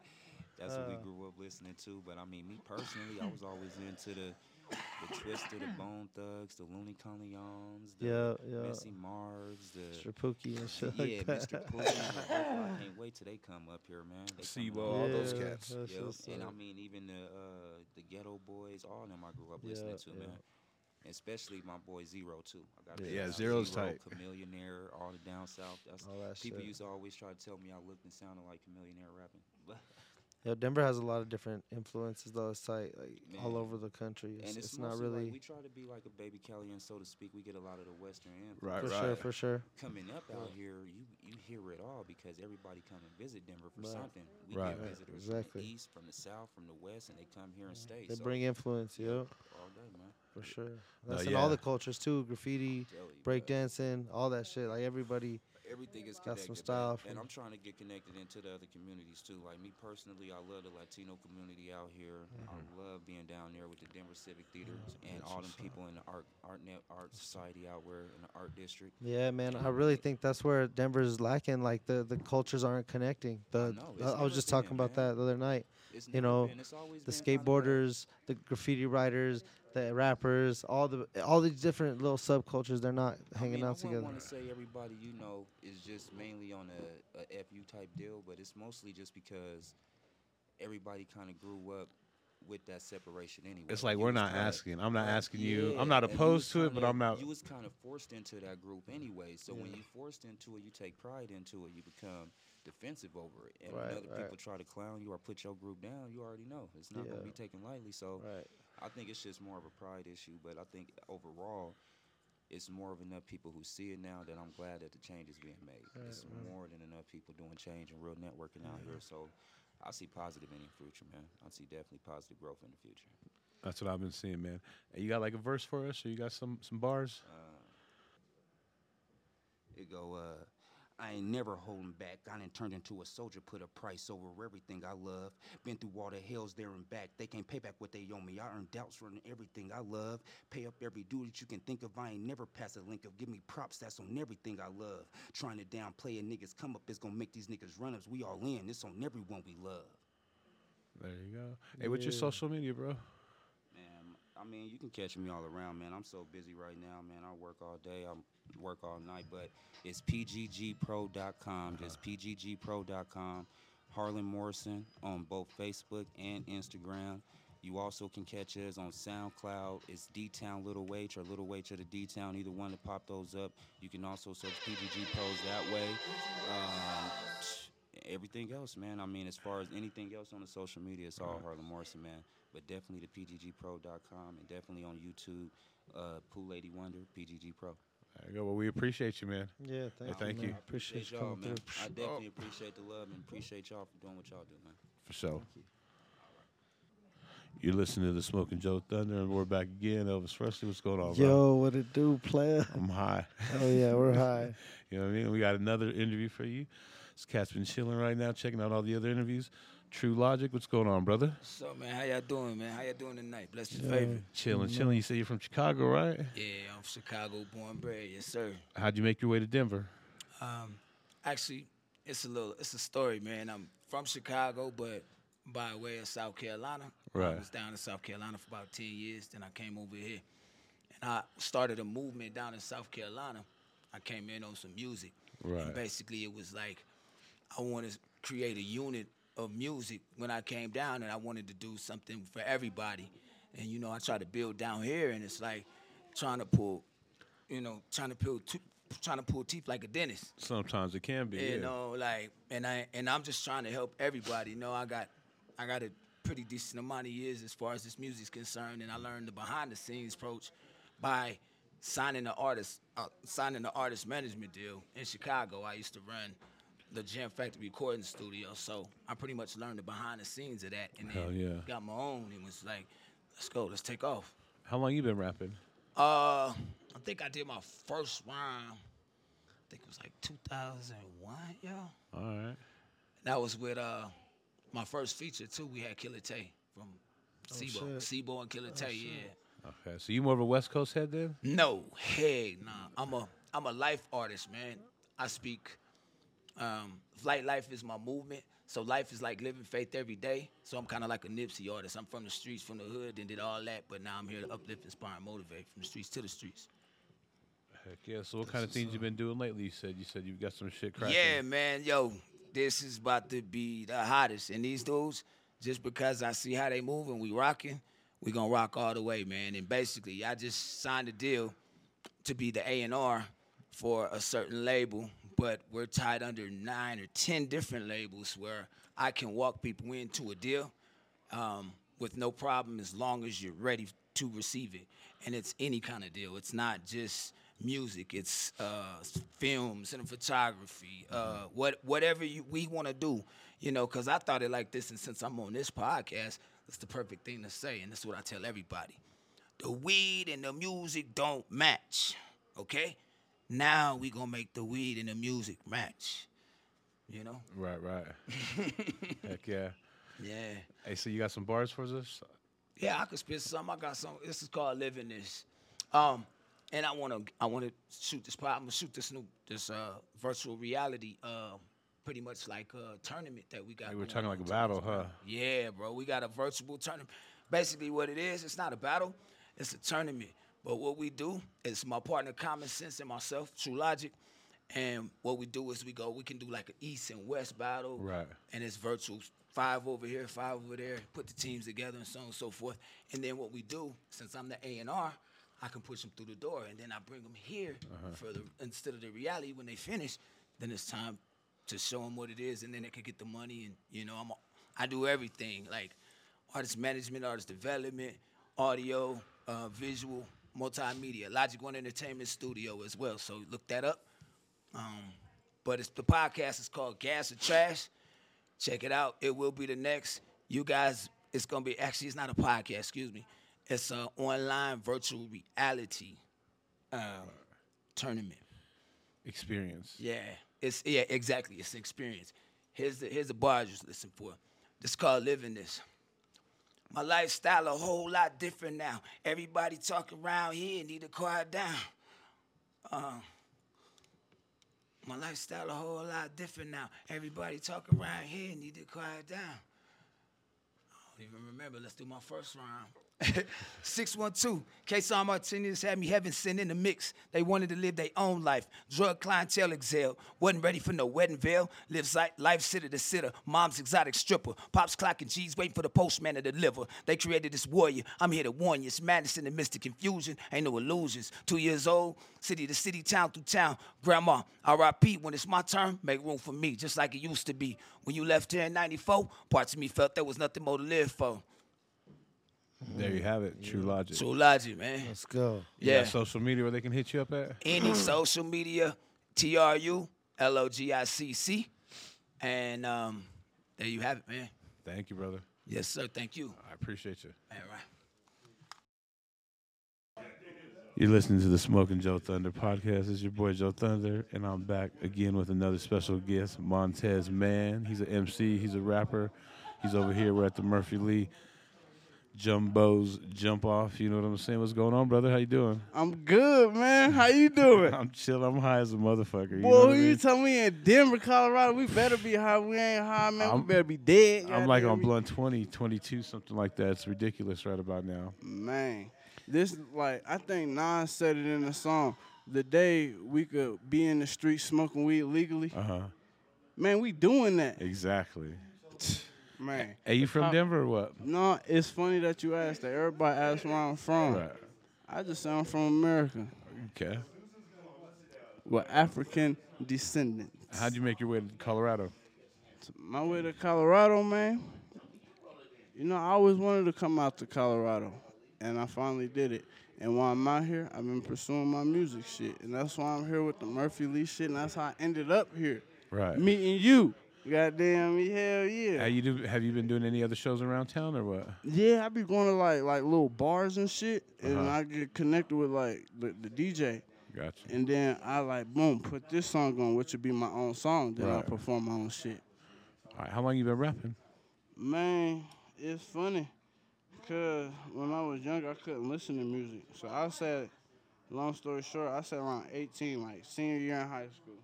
Speaker 9: that's what we
Speaker 2: Uh.
Speaker 9: grew up listening to. But I mean, me personally, I was always into the the Twister, the Bone Thugs, the Looney Colleons, the
Speaker 2: Yeah, yeah.
Speaker 9: Messy Marv's, the
Speaker 2: Mr. Pookie
Speaker 9: [LAUGHS]
Speaker 2: and shit
Speaker 9: yeah,
Speaker 2: like that.
Speaker 9: Mr. Pookie. I
Speaker 2: [LAUGHS]
Speaker 9: can't wait till they come up here, man. They come
Speaker 1: Sebo,
Speaker 9: up
Speaker 1: all those
Speaker 2: Yeah,
Speaker 1: cats.
Speaker 2: that's
Speaker 9: Yep.
Speaker 2: what's
Speaker 9: And I
Speaker 2: up.
Speaker 9: mean, even the uh, the Ghetto Boys, all of them I grew up
Speaker 2: Yeah,
Speaker 9: listening to,
Speaker 2: yeah.
Speaker 9: man. Especially my boy Zero too. I got
Speaker 1: Yeah, yeah, Zero's tight.
Speaker 9: Chameleonaire, all the down south. That's
Speaker 2: All that
Speaker 9: people
Speaker 2: shit.
Speaker 9: used to always try to tell me I looked and sounded like Chameleonaire rapping. [LAUGHS] But
Speaker 2: Yeah, Denver has a lot of different influences though. It's like, like all
Speaker 9: Man.
Speaker 2: over the country. It's,
Speaker 9: and
Speaker 2: it's,
Speaker 9: it's,
Speaker 2: not
Speaker 9: mostly, like,
Speaker 2: really
Speaker 9: we try to be like a baby Kelly, and so to speak, we get a lot of the Western influence.
Speaker 1: Right,
Speaker 2: for
Speaker 1: right.
Speaker 2: sure, for sure.
Speaker 9: coming up out here, you you hear it all because everybody come and visit Denver for
Speaker 2: Right.
Speaker 9: something. We
Speaker 1: Right.
Speaker 9: get
Speaker 1: Right,
Speaker 9: visitors from
Speaker 2: exactly.
Speaker 9: the east, from the south, from the west, and they come here and stay.
Speaker 2: They
Speaker 9: so
Speaker 2: bring influence, yeah,
Speaker 9: all day, man.
Speaker 2: for sure.
Speaker 1: No,
Speaker 2: That's in all
Speaker 1: yeah.
Speaker 2: the cultures too. Graffiti,
Speaker 9: Tell you, but
Speaker 2: breakdancing, all that shit. Like everybody.
Speaker 9: Everything is
Speaker 2: Got
Speaker 9: connected.
Speaker 2: some
Speaker 9: man,
Speaker 2: style from-
Speaker 9: and I'm trying to get connected into the other communities too. Like me personally, I love the Latino community out here.
Speaker 2: Mm-hmm.
Speaker 9: I love being down there with the Denver Civic Theater and all them people in the art art net art society out where in the art district.
Speaker 2: Yeah, man. I really think that's where Denver's lacking. Like the, the cultures aren't connecting. The
Speaker 9: know, it's
Speaker 2: I, I was
Speaker 9: never
Speaker 2: just
Speaker 9: been,
Speaker 2: talking about
Speaker 9: man.
Speaker 2: that the other night.
Speaker 9: It's
Speaker 2: You
Speaker 9: never
Speaker 2: know,
Speaker 9: been- it's always
Speaker 2: The
Speaker 9: been kinda like-
Speaker 2: skateboarders, the graffiti writers, the rappers, all the all these different little subcultures. They're not hanging out
Speaker 9: I
Speaker 2: together.
Speaker 9: want to say everybody you know is just mainly on a, a FU type deal, but it's mostly just because everybody kind of grew up with that separation anyway.
Speaker 1: It's like
Speaker 9: You
Speaker 1: we're
Speaker 9: was
Speaker 1: not
Speaker 9: kinda-
Speaker 1: asking. I'm not asking you.
Speaker 9: Yeah,
Speaker 1: I'm not
Speaker 9: and you
Speaker 1: opposed
Speaker 9: was
Speaker 1: to it, but
Speaker 9: kinda-
Speaker 1: I'm not.
Speaker 9: You was kind of forced into that group anyway, so when you forced into it, you take pride into it. You become defensive over it, and
Speaker 2: Right,
Speaker 9: when other
Speaker 2: right.
Speaker 9: people try to clown you or put your group down, you already know it's not going
Speaker 2: Yeah.
Speaker 9: to be taken lightly. So.
Speaker 2: Right.
Speaker 9: I think it's just more of a pride issue, but I think overall, it's more of enough people who see it now that I'm glad that the change is being made. it's more than enough people doing change and real networking out here. So I see positive in the future, man. I see definitely positive growth in the future.
Speaker 1: That's what I've been seeing, man. Hey, you got like a verse for us, or you got some some bars?
Speaker 9: Uh, It go, uh, I ain't never holding back. I done turned into a soldier, put a price over everything I love. Been through all the hells there and back. They can't pay back what they owe me. I earn doubts running everything I love. Pay up every due that you can think of. I ain't never pass a link of. Give me props, that's on everything I love. Trying to downplay a niggas come up is gonna make these niggas run ups. We all in. It's on everyone we love.
Speaker 1: There you go. Hey, what's your social media, bro?
Speaker 9: Man, I mean, you can catch me all around, man. I'm so busy right now, man. I work all day, I work all night, but it's pggpro.com, just pggpro.com. Harlan Morrison on both Facebook and Instagram. You also can catch us on SoundCloud. It's D Town Little Wage or Little Wage or the D Town. Either one to pop those up. You can also search PGG Pros that way. Um, everything else, man. I mean, as far as anything else on the social media, it's all Harlem Morrison, man. But definitely the PGGPro.com and definitely on YouTube, uh, Pool Lady Wonder, PGG Pro.
Speaker 1: There you go. Well, we appreciate you, man.
Speaker 2: Yeah, thank you.
Speaker 1: thank
Speaker 2: man.
Speaker 1: you. oh.
Speaker 2: Appreciate you
Speaker 9: y'all,
Speaker 2: coming
Speaker 9: man.
Speaker 2: through.
Speaker 9: I definitely appreciate the love and appreciate y'all for doing what y'all do, man.
Speaker 1: For sure. You're listening to the Smoking Joe Thunder, and we're back again. Elvis Presley, what's going on, bro?
Speaker 2: Yo, what it do, player?
Speaker 1: I'm high.
Speaker 2: Oh yeah, we're
Speaker 1: [LAUGHS]
Speaker 2: high.
Speaker 1: You know what I mean? We got another interview for you. This cat's been chilling right now, checking out all the other interviews. True Logic, what's going on, brother?
Speaker 10: So man, how y'all doing, man? How y'all doing tonight? Bless your favorite.
Speaker 1: Chilling,
Speaker 2: Mm-hmm.
Speaker 1: chilling. You say you're from Chicago, right?
Speaker 10: Yeah, I'm Chicago born bred, yes sir.
Speaker 1: How'd you make your way to Denver?
Speaker 10: Um, actually, it's a little, it's a story, man. I'm from Chicago, but by way of South Carolina.
Speaker 1: Right.
Speaker 10: I was down in South Carolina for about ten years. Then I came over here, and I started a movement down in South Carolina. I came in on some music.
Speaker 1: Right.
Speaker 10: And basically, it was like I wanted to create a unit of music when I came down, and I wanted to do something for everybody. And you know, I tried to build down here, and it's like trying to pull, you know, trying to pull, to- trying to pull teeth like a dentist.
Speaker 1: Sometimes it can be.
Speaker 10: You
Speaker 1: yeah.
Speaker 10: know, like, and I and I'm just trying to help everybody. You know, I got, I got a pretty decent amount of years as far as this music's concerned, and I learned the behind the scenes approach by signing the artist, uh, signing the artist management deal in Chicago. I used to run the Jam Factory recording studio, so I pretty much learned the behind the scenes of that, and then
Speaker 1: Hell yeah.
Speaker 10: got my own, and was like, let's go, let's take off.
Speaker 1: How long you been rapping?
Speaker 10: Uh, I think I did my first rhyme. I think it was like 2001, y'all.
Speaker 1: All right.
Speaker 10: That was with uh my first feature too. We had Killer Tay from Sebo, Sebo and Killer Tay. Yeah.
Speaker 1: Okay. So you more of a West Coast head then?
Speaker 10: No, heck nah. I'm a I'm a life artist, man. I speak. Um, light life is my movement. So life is like living faith every day. So I'm kind of like a Nipsey artist. I'm from the streets, from the hood, and did all that. But now I'm here to uplift, inspire, and motivate from the streets to the streets.
Speaker 1: Heck yeah. So what kind of things you
Speaker 2: uh,
Speaker 1: been doing lately? You said you said you've got some shit cracking.
Speaker 10: Yeah, man, yo, this is about to be the hottest. And these dudes, just because I see how they move and we rocking, we gonna rock all the way, man. And basically, I just signed a deal to be the A and R for a certain label, but we're tied under nine or ten different labels where I can walk people into a deal um, with no problem as long as you're ready to receive it. And it's any kind of deal. It's not just music. It's uh, s- film, cinematography, uh, what whatever you, we want to do. You know, because I thought it like this, and since I'm on this podcast, it's the perfect thing to say, and that's what I tell everybody. The weed and the music don't match. Okay, now we gonna make the weed and the music match. You know?
Speaker 1: Right,
Speaker 10: [LAUGHS]
Speaker 1: right. Heck yeah.
Speaker 10: Yeah.
Speaker 1: Hey, so you got some bars for us?
Speaker 10: Yeah, I could spit some. I got some. This is called living this. Um, and I wanna I wanna shoot this. pro- I'm gonna shoot this new this uh virtual reality uh pretty much like a tournament that we got.
Speaker 1: Hey, we're
Speaker 10: going
Speaker 1: talking
Speaker 10: on.
Speaker 1: like a battle, huh?
Speaker 10: Yeah, bro. We got a virtual tournament. Basically, what it is, it's not a battle, it's a tournament. But what we do is my partner Common Sense and myself, True Logic. And what we do is we go, we can do like an East and West battle.
Speaker 1: Right.
Speaker 10: And it's virtual. Five over here, five over there, put the teams together and so on and so forth. And then what we do, since I'm the A and R, I can push them through the door and then I bring them here for the instead of the reality when they finish, then it's time to show them what it is, and then they could get the money. And you know, I'm a, I do everything like artist management, artist development, audio, uh, visual, multimedia, Logic One Entertainment Studio as well. So look that up. Um, but it's the podcast is called Gas or Trash. Check it out. It will be the next. You guys, it's gonna be actually it's not a podcast. Excuse me. It's an online virtual reality um, tournament.
Speaker 1: Experience.
Speaker 10: Yeah, it's yeah, exactly. It's an experience. Here's the here's the bar you listen for. This called living this. My lifestyle a whole lot different now. Everybody talking around here need to quiet down. Um, my lifestyle a whole lot different now. Everybody talking around here need to quiet down. I don't even remember. Let's do my first round. 612. K-Song Martinez had me heaven sent in the mix. They wanted to live their own life. Drug clientele exhale. Wasn't ready for no wedding veil. Lives like life sitter to sitter. Mom's exotic stripper. Pops clocking G's waiting for the postman to deliver. They created this warrior. I'm here to warn you. It's madness in the midst of confusion. Ain't no illusions. Two years old. City to city, town through town. Grandma, R.I.P. When it's my turn, make room for me. Just like it used to be. When you left here in 94, parts of me felt there was nothing more to live for.
Speaker 1: There you have it. True logic.
Speaker 10: True logic, man.
Speaker 2: Let's go.
Speaker 1: You got
Speaker 10: Yeah.
Speaker 1: social media where they can hit you up at?
Speaker 2: [CLEARS THROAT]
Speaker 10: Any social media, T R U L O G I C C. And um, there you have it, man.
Speaker 1: Thank you, brother.
Speaker 10: Yes, sir. Thank you.
Speaker 1: I appreciate you.
Speaker 10: All right.
Speaker 1: You're listening to the Smoking Joe Thunder podcast. It's your boy Joe Thunder, and I'm back again with another special guest, Montez Man. He's an MC, he's a rapper. He's over here. We're at the Murphy Lee Jumbo's Jump Off. You know what I'm saying? What's going on, brother? How you doing?
Speaker 11: I'm good, man. How you doing?
Speaker 1: [LAUGHS] I'm chill. I'm high as a motherfucker. You know
Speaker 11: Boy,
Speaker 1: what I
Speaker 11: who you
Speaker 1: mean?
Speaker 11: tell me in Denver, Colorado, we better be high. We ain't high, man.
Speaker 1: I'm-
Speaker 11: we better be dead.
Speaker 1: I'm like
Speaker 11: goddamn.
Speaker 1: on blunt 20, 22, something like that. It's ridiculous right about now.
Speaker 11: man. This like I think Nas said it in the song. The day we could be in the street smoking weed legally,
Speaker 1: Uh huh.
Speaker 11: man, we doing that,
Speaker 1: Exactly.
Speaker 11: man.
Speaker 1: Hey, you from
Speaker 11: Pop-
Speaker 1: Denver or what?
Speaker 11: No, it's funny that you asked that. Everybody asks where I'm from.
Speaker 1: Right.
Speaker 11: I just say I'm from America,
Speaker 1: Okay.
Speaker 11: with African descendants.
Speaker 1: How'd you make your way to Colorado?
Speaker 11: My way to Colorado, man. You know, I always wanted to come out to Colorado, and I finally did it. And while I'm out here, I've been pursuing my music shit, and that's why I'm here with the Murphy Lee shit, and that's how I ended up here,
Speaker 1: Right.
Speaker 11: meeting you. Goddamn, hell
Speaker 1: How
Speaker 11: yeah.
Speaker 1: you do? Have you been doing any other shows around town or what?
Speaker 11: Yeah, I be going to like like little bars and shit, and
Speaker 1: Uh-huh.
Speaker 11: I get connected with like the, the DJ,
Speaker 1: Gotcha.
Speaker 11: and then I like boom, put this song on, which would be my own song. Then I
Speaker 1: Right.
Speaker 11: perform my own shit.
Speaker 1: All right, how long you been rapping?
Speaker 11: Man, it's funny. Cause when I was younger, I couldn't listen to music. So I said, long story short, I said around 18, like senior year in high school.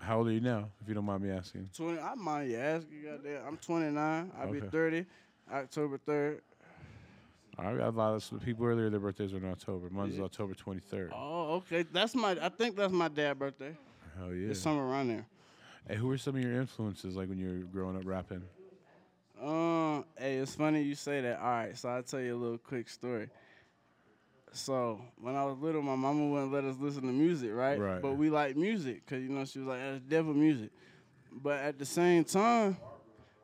Speaker 1: How old are you now, if you don't mind me asking?
Speaker 11: 20, I mind you asking, goddamn. I'm 29. I'll be
Speaker 1: Okay.
Speaker 11: 30, October 3rd.
Speaker 1: I got a lot of some people earlier. Their birthdays are in October. Mine's is October 23rd.
Speaker 11: Oh, okay. That's my. I think that's my dad's birthday.
Speaker 1: Hell yeah!
Speaker 11: It's somewhere around there.
Speaker 1: Hey, who were some of your influences like when you were growing up rapping?
Speaker 11: Um, hey, it's funny you say that. All right, so I'll tell you a little quick story. So when I was little, my mama wouldn't let us listen to music, right?
Speaker 1: Right.
Speaker 11: But we liked music because you know she was like, "That's devil music." But at the same time,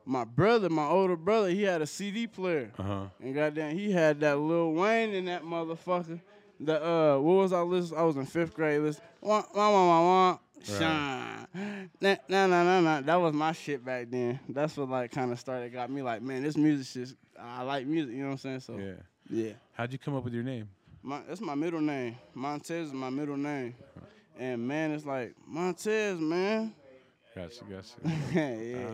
Speaker 11: my brother, my older brother, he had a CD player,
Speaker 1: Uh huh.
Speaker 11: and goddamn, he had that Lil Wayne in that motherfucker. The uh, what was I listening? I was in fifth grade. Listen, wah wah wah wah wah, shine. Nah, nah, nah, nah, nah. That was my shit back then. That's what like kind of started got me like, man, this music shit. I like music. You know what I'm saying? So
Speaker 1: Yeah.
Speaker 11: yeah.
Speaker 1: How'd you come up with your name?
Speaker 11: My, that's my middle name. Montez is my middle name. And man, it's like Montez, man. [LAUGHS]
Speaker 1: Gotcha, gotcha. [LAUGHS]
Speaker 11: yeah.
Speaker 1: hey,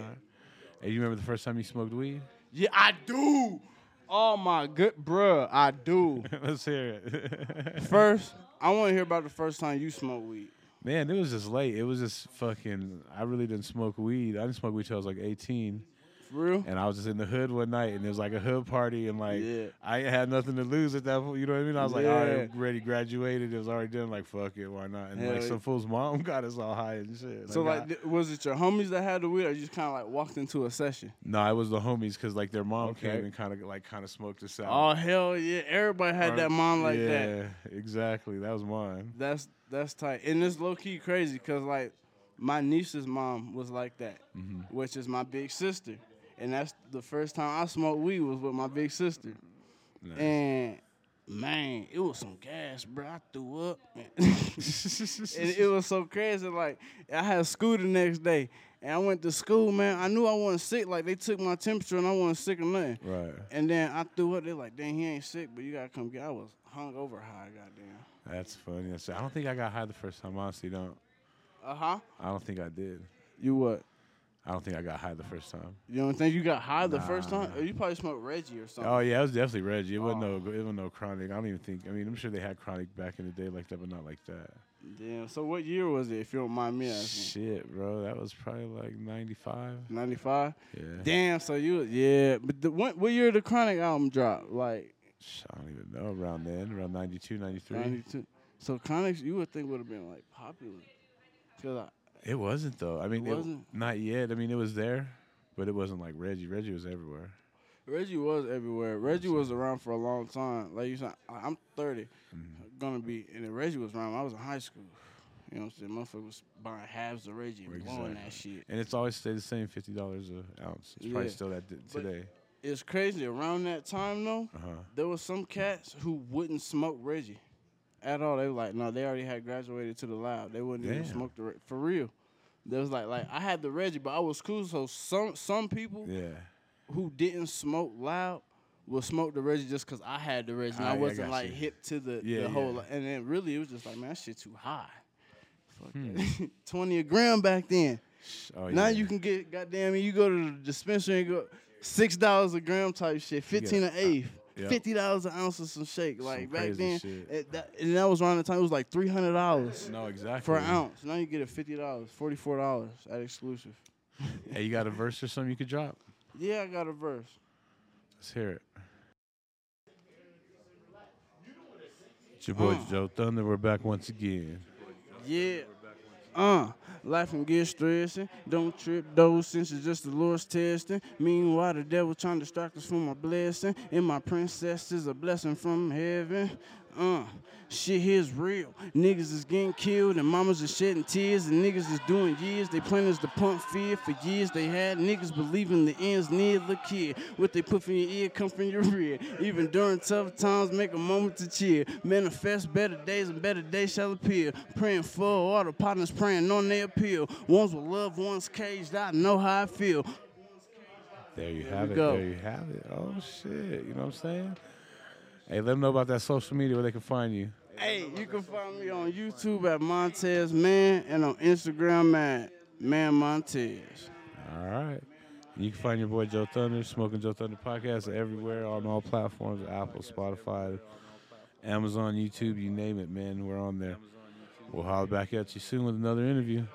Speaker 1: Uh, you remember the first time you smoked weed?
Speaker 11: yeah, I do. Oh my good bruh, I do.
Speaker 1: [LAUGHS] Let's hear it.
Speaker 11: First, I want to hear about the first time you smoked weed.
Speaker 1: Man, it was just late. It was just fucking. I really didn't smoke weed. I didn't smoke weed till I was like 18.
Speaker 11: For real?
Speaker 1: And I was just in the hood one night, and it was like a hood party, and like
Speaker 11: Yeah.
Speaker 1: I ain't had nothing to lose at that point. You know what I mean? I was like, I
Speaker 11: Yeah.
Speaker 1: already graduated. It was already done. Like, fuck it, why not? And
Speaker 11: Hell
Speaker 1: like
Speaker 11: yeah.
Speaker 1: some fool's mom [LAUGHS] got us all high and shit.
Speaker 11: So
Speaker 1: I-
Speaker 11: like, th- was it your homies that had the weed, or you just kind of like walked into a session?
Speaker 1: no, it was the homies because like their mom
Speaker 11: Okay.
Speaker 1: came and kind of like kind of smoked us out.
Speaker 11: Oh hell yeah! Everybody had
Speaker 1: Or-
Speaker 11: that mom like that.
Speaker 1: Yeah, exactly. That was mine.
Speaker 11: That's that's tight. And it's low key crazy because like my niece's mom was like that,
Speaker 1: Mm-hmm.
Speaker 11: which is my big sister, and that's the first time I smoked weed was with my big sister.
Speaker 1: Nice.
Speaker 11: And man, it was some gas, bro. I threw up, [LAUGHS] and it was so crazy. Like I had school the next day, and I went to school, man. I knew I wasn't sick. Like they took my temperature, and I wasn't sick or nothing.
Speaker 1: Right.
Speaker 11: And then I threw up. They're like, "Dang, he ain't sick, but you gotta come get." I was hung over high, goddamn.
Speaker 1: That's funny. That's, I don't think I got high the first time. Honestly, don't.
Speaker 11: Uh huh.
Speaker 1: I don't think I did.
Speaker 11: You what?
Speaker 1: I don't think I got high the first time.
Speaker 11: You don't think you got high the first
Speaker 1: Nah.
Speaker 11: time? Or you probably smoked Reggie or something.
Speaker 1: Oh yeah, it was definitely Reggie. It wasn't
Speaker 11: Oh.
Speaker 1: no, it wasn't no chronic. I don't even think. I mean, I'm sure they had chronic back in the day like that, but not like that.
Speaker 11: Damn. So what year was it, if you don't mind me asking?
Speaker 1: Shit, bro, that was probably like '95.
Speaker 11: 95?
Speaker 1: Yeah.
Speaker 11: Damn, so you, yeah. But the, what, what year the Chronic album dropped? Like,
Speaker 1: I don't even know. Around then, around 92, 93.
Speaker 11: 92. So Connex, you would think would have been like popular. 'Cause I,
Speaker 1: It wasn't though. I mean, it
Speaker 11: wasn't?
Speaker 1: not yet. I mean, it was there, but it wasn't like Reggie. Reggie was everywhere.
Speaker 11: Reggie was everywhere. Reggie was around for a long time. Like you said, I- I'm 30,
Speaker 1: Mm-hmm.
Speaker 11: gonna be, and if Reggie was around. when I was in high school. You know what I'm saying? Motherfucker was buying halves of Reggie and blowing that
Speaker 1: Exactly.
Speaker 11: shit.
Speaker 1: And it's always stayed the same, fifty dollars an ounce. It's probably
Speaker 11: Yeah.
Speaker 1: still that d-
Speaker 11: But
Speaker 1: today.
Speaker 11: It's crazy. Around that time though,
Speaker 1: Uh-huh.
Speaker 11: there was some cats who wouldn't smoke Reggie at all. They were like, no, they already had graduated to the lab. They wouldn't even
Speaker 1: Damn.
Speaker 11: smoke the Re- for real. There was like, like I had the Reggie, but I was cool. So some some people
Speaker 1: Yeah.
Speaker 11: who didn't smoke loud will smoke the Reggie just because I had the Reggie. And
Speaker 1: Ah,
Speaker 11: I
Speaker 1: yeah, I
Speaker 11: wasn't
Speaker 1: got
Speaker 11: like
Speaker 1: you.
Speaker 11: hip to the,
Speaker 1: Yeah,
Speaker 11: the whole.
Speaker 1: yeah.
Speaker 11: And then really, it was just like, man, that shit too high. Fuck
Speaker 1: Hmm.
Speaker 11: that. [LAUGHS] Twenty a gram back then.
Speaker 1: Oh,
Speaker 11: Now
Speaker 1: yeah.
Speaker 11: you can get goddamn. it, You go to the dispensary and go six dollars a gram type shit, fifteen an eighth,
Speaker 1: uh, yeah.
Speaker 11: fifty dollars an ounce of some shake. Like back
Speaker 1: crazy
Speaker 11: then,
Speaker 1: shit.
Speaker 11: it- that, and that was around the time it was like three hundred dollars
Speaker 1: No, exactly.
Speaker 11: for an ounce. Now you get it fifty dollars, forty four dollars at exclusive.
Speaker 1: Hey, you got a verse or something you could drop?
Speaker 11: Yeah, I got a verse.
Speaker 1: Let's hear it. It's your boy Joe Thunder. We're back once again.
Speaker 11: Yeah. Uh, life can get stressing. Don't trip those since it's just the Lord's testing. Meanwhile, the devil trying to distract us from my blessing. And my princess is a blessing from heaven. Uh, shit here's real. Niggas is getting killed and mamas is shedding tears and niggas is doing years. They plan is to pump fear for years they had. Niggas believing the end's near. Look here, what they put from your ear come from your rear. Even during tough times, make a moment to cheer. Manifest better days and better days shall appear. Praying for all the partners, praying on their appeal. Ones with loved ones caged, I know how I feel.
Speaker 1: There you have
Speaker 11: we
Speaker 1: it.
Speaker 11: go.
Speaker 1: There you have it. Oh shit. You know what I'm saying? Hey, let them know about that social media where they can find you.
Speaker 11: Hey, you can find me on YouTube at Montez Man and on Instagram at Man Montez.
Speaker 1: All right. You can find your boy Joe Thunder, Smoking Joe Thunder podcast everywhere on all platforms Apple, Spotify, Amazon, YouTube, you name it, man. We're on there. We'll holler back at you soon with another interview.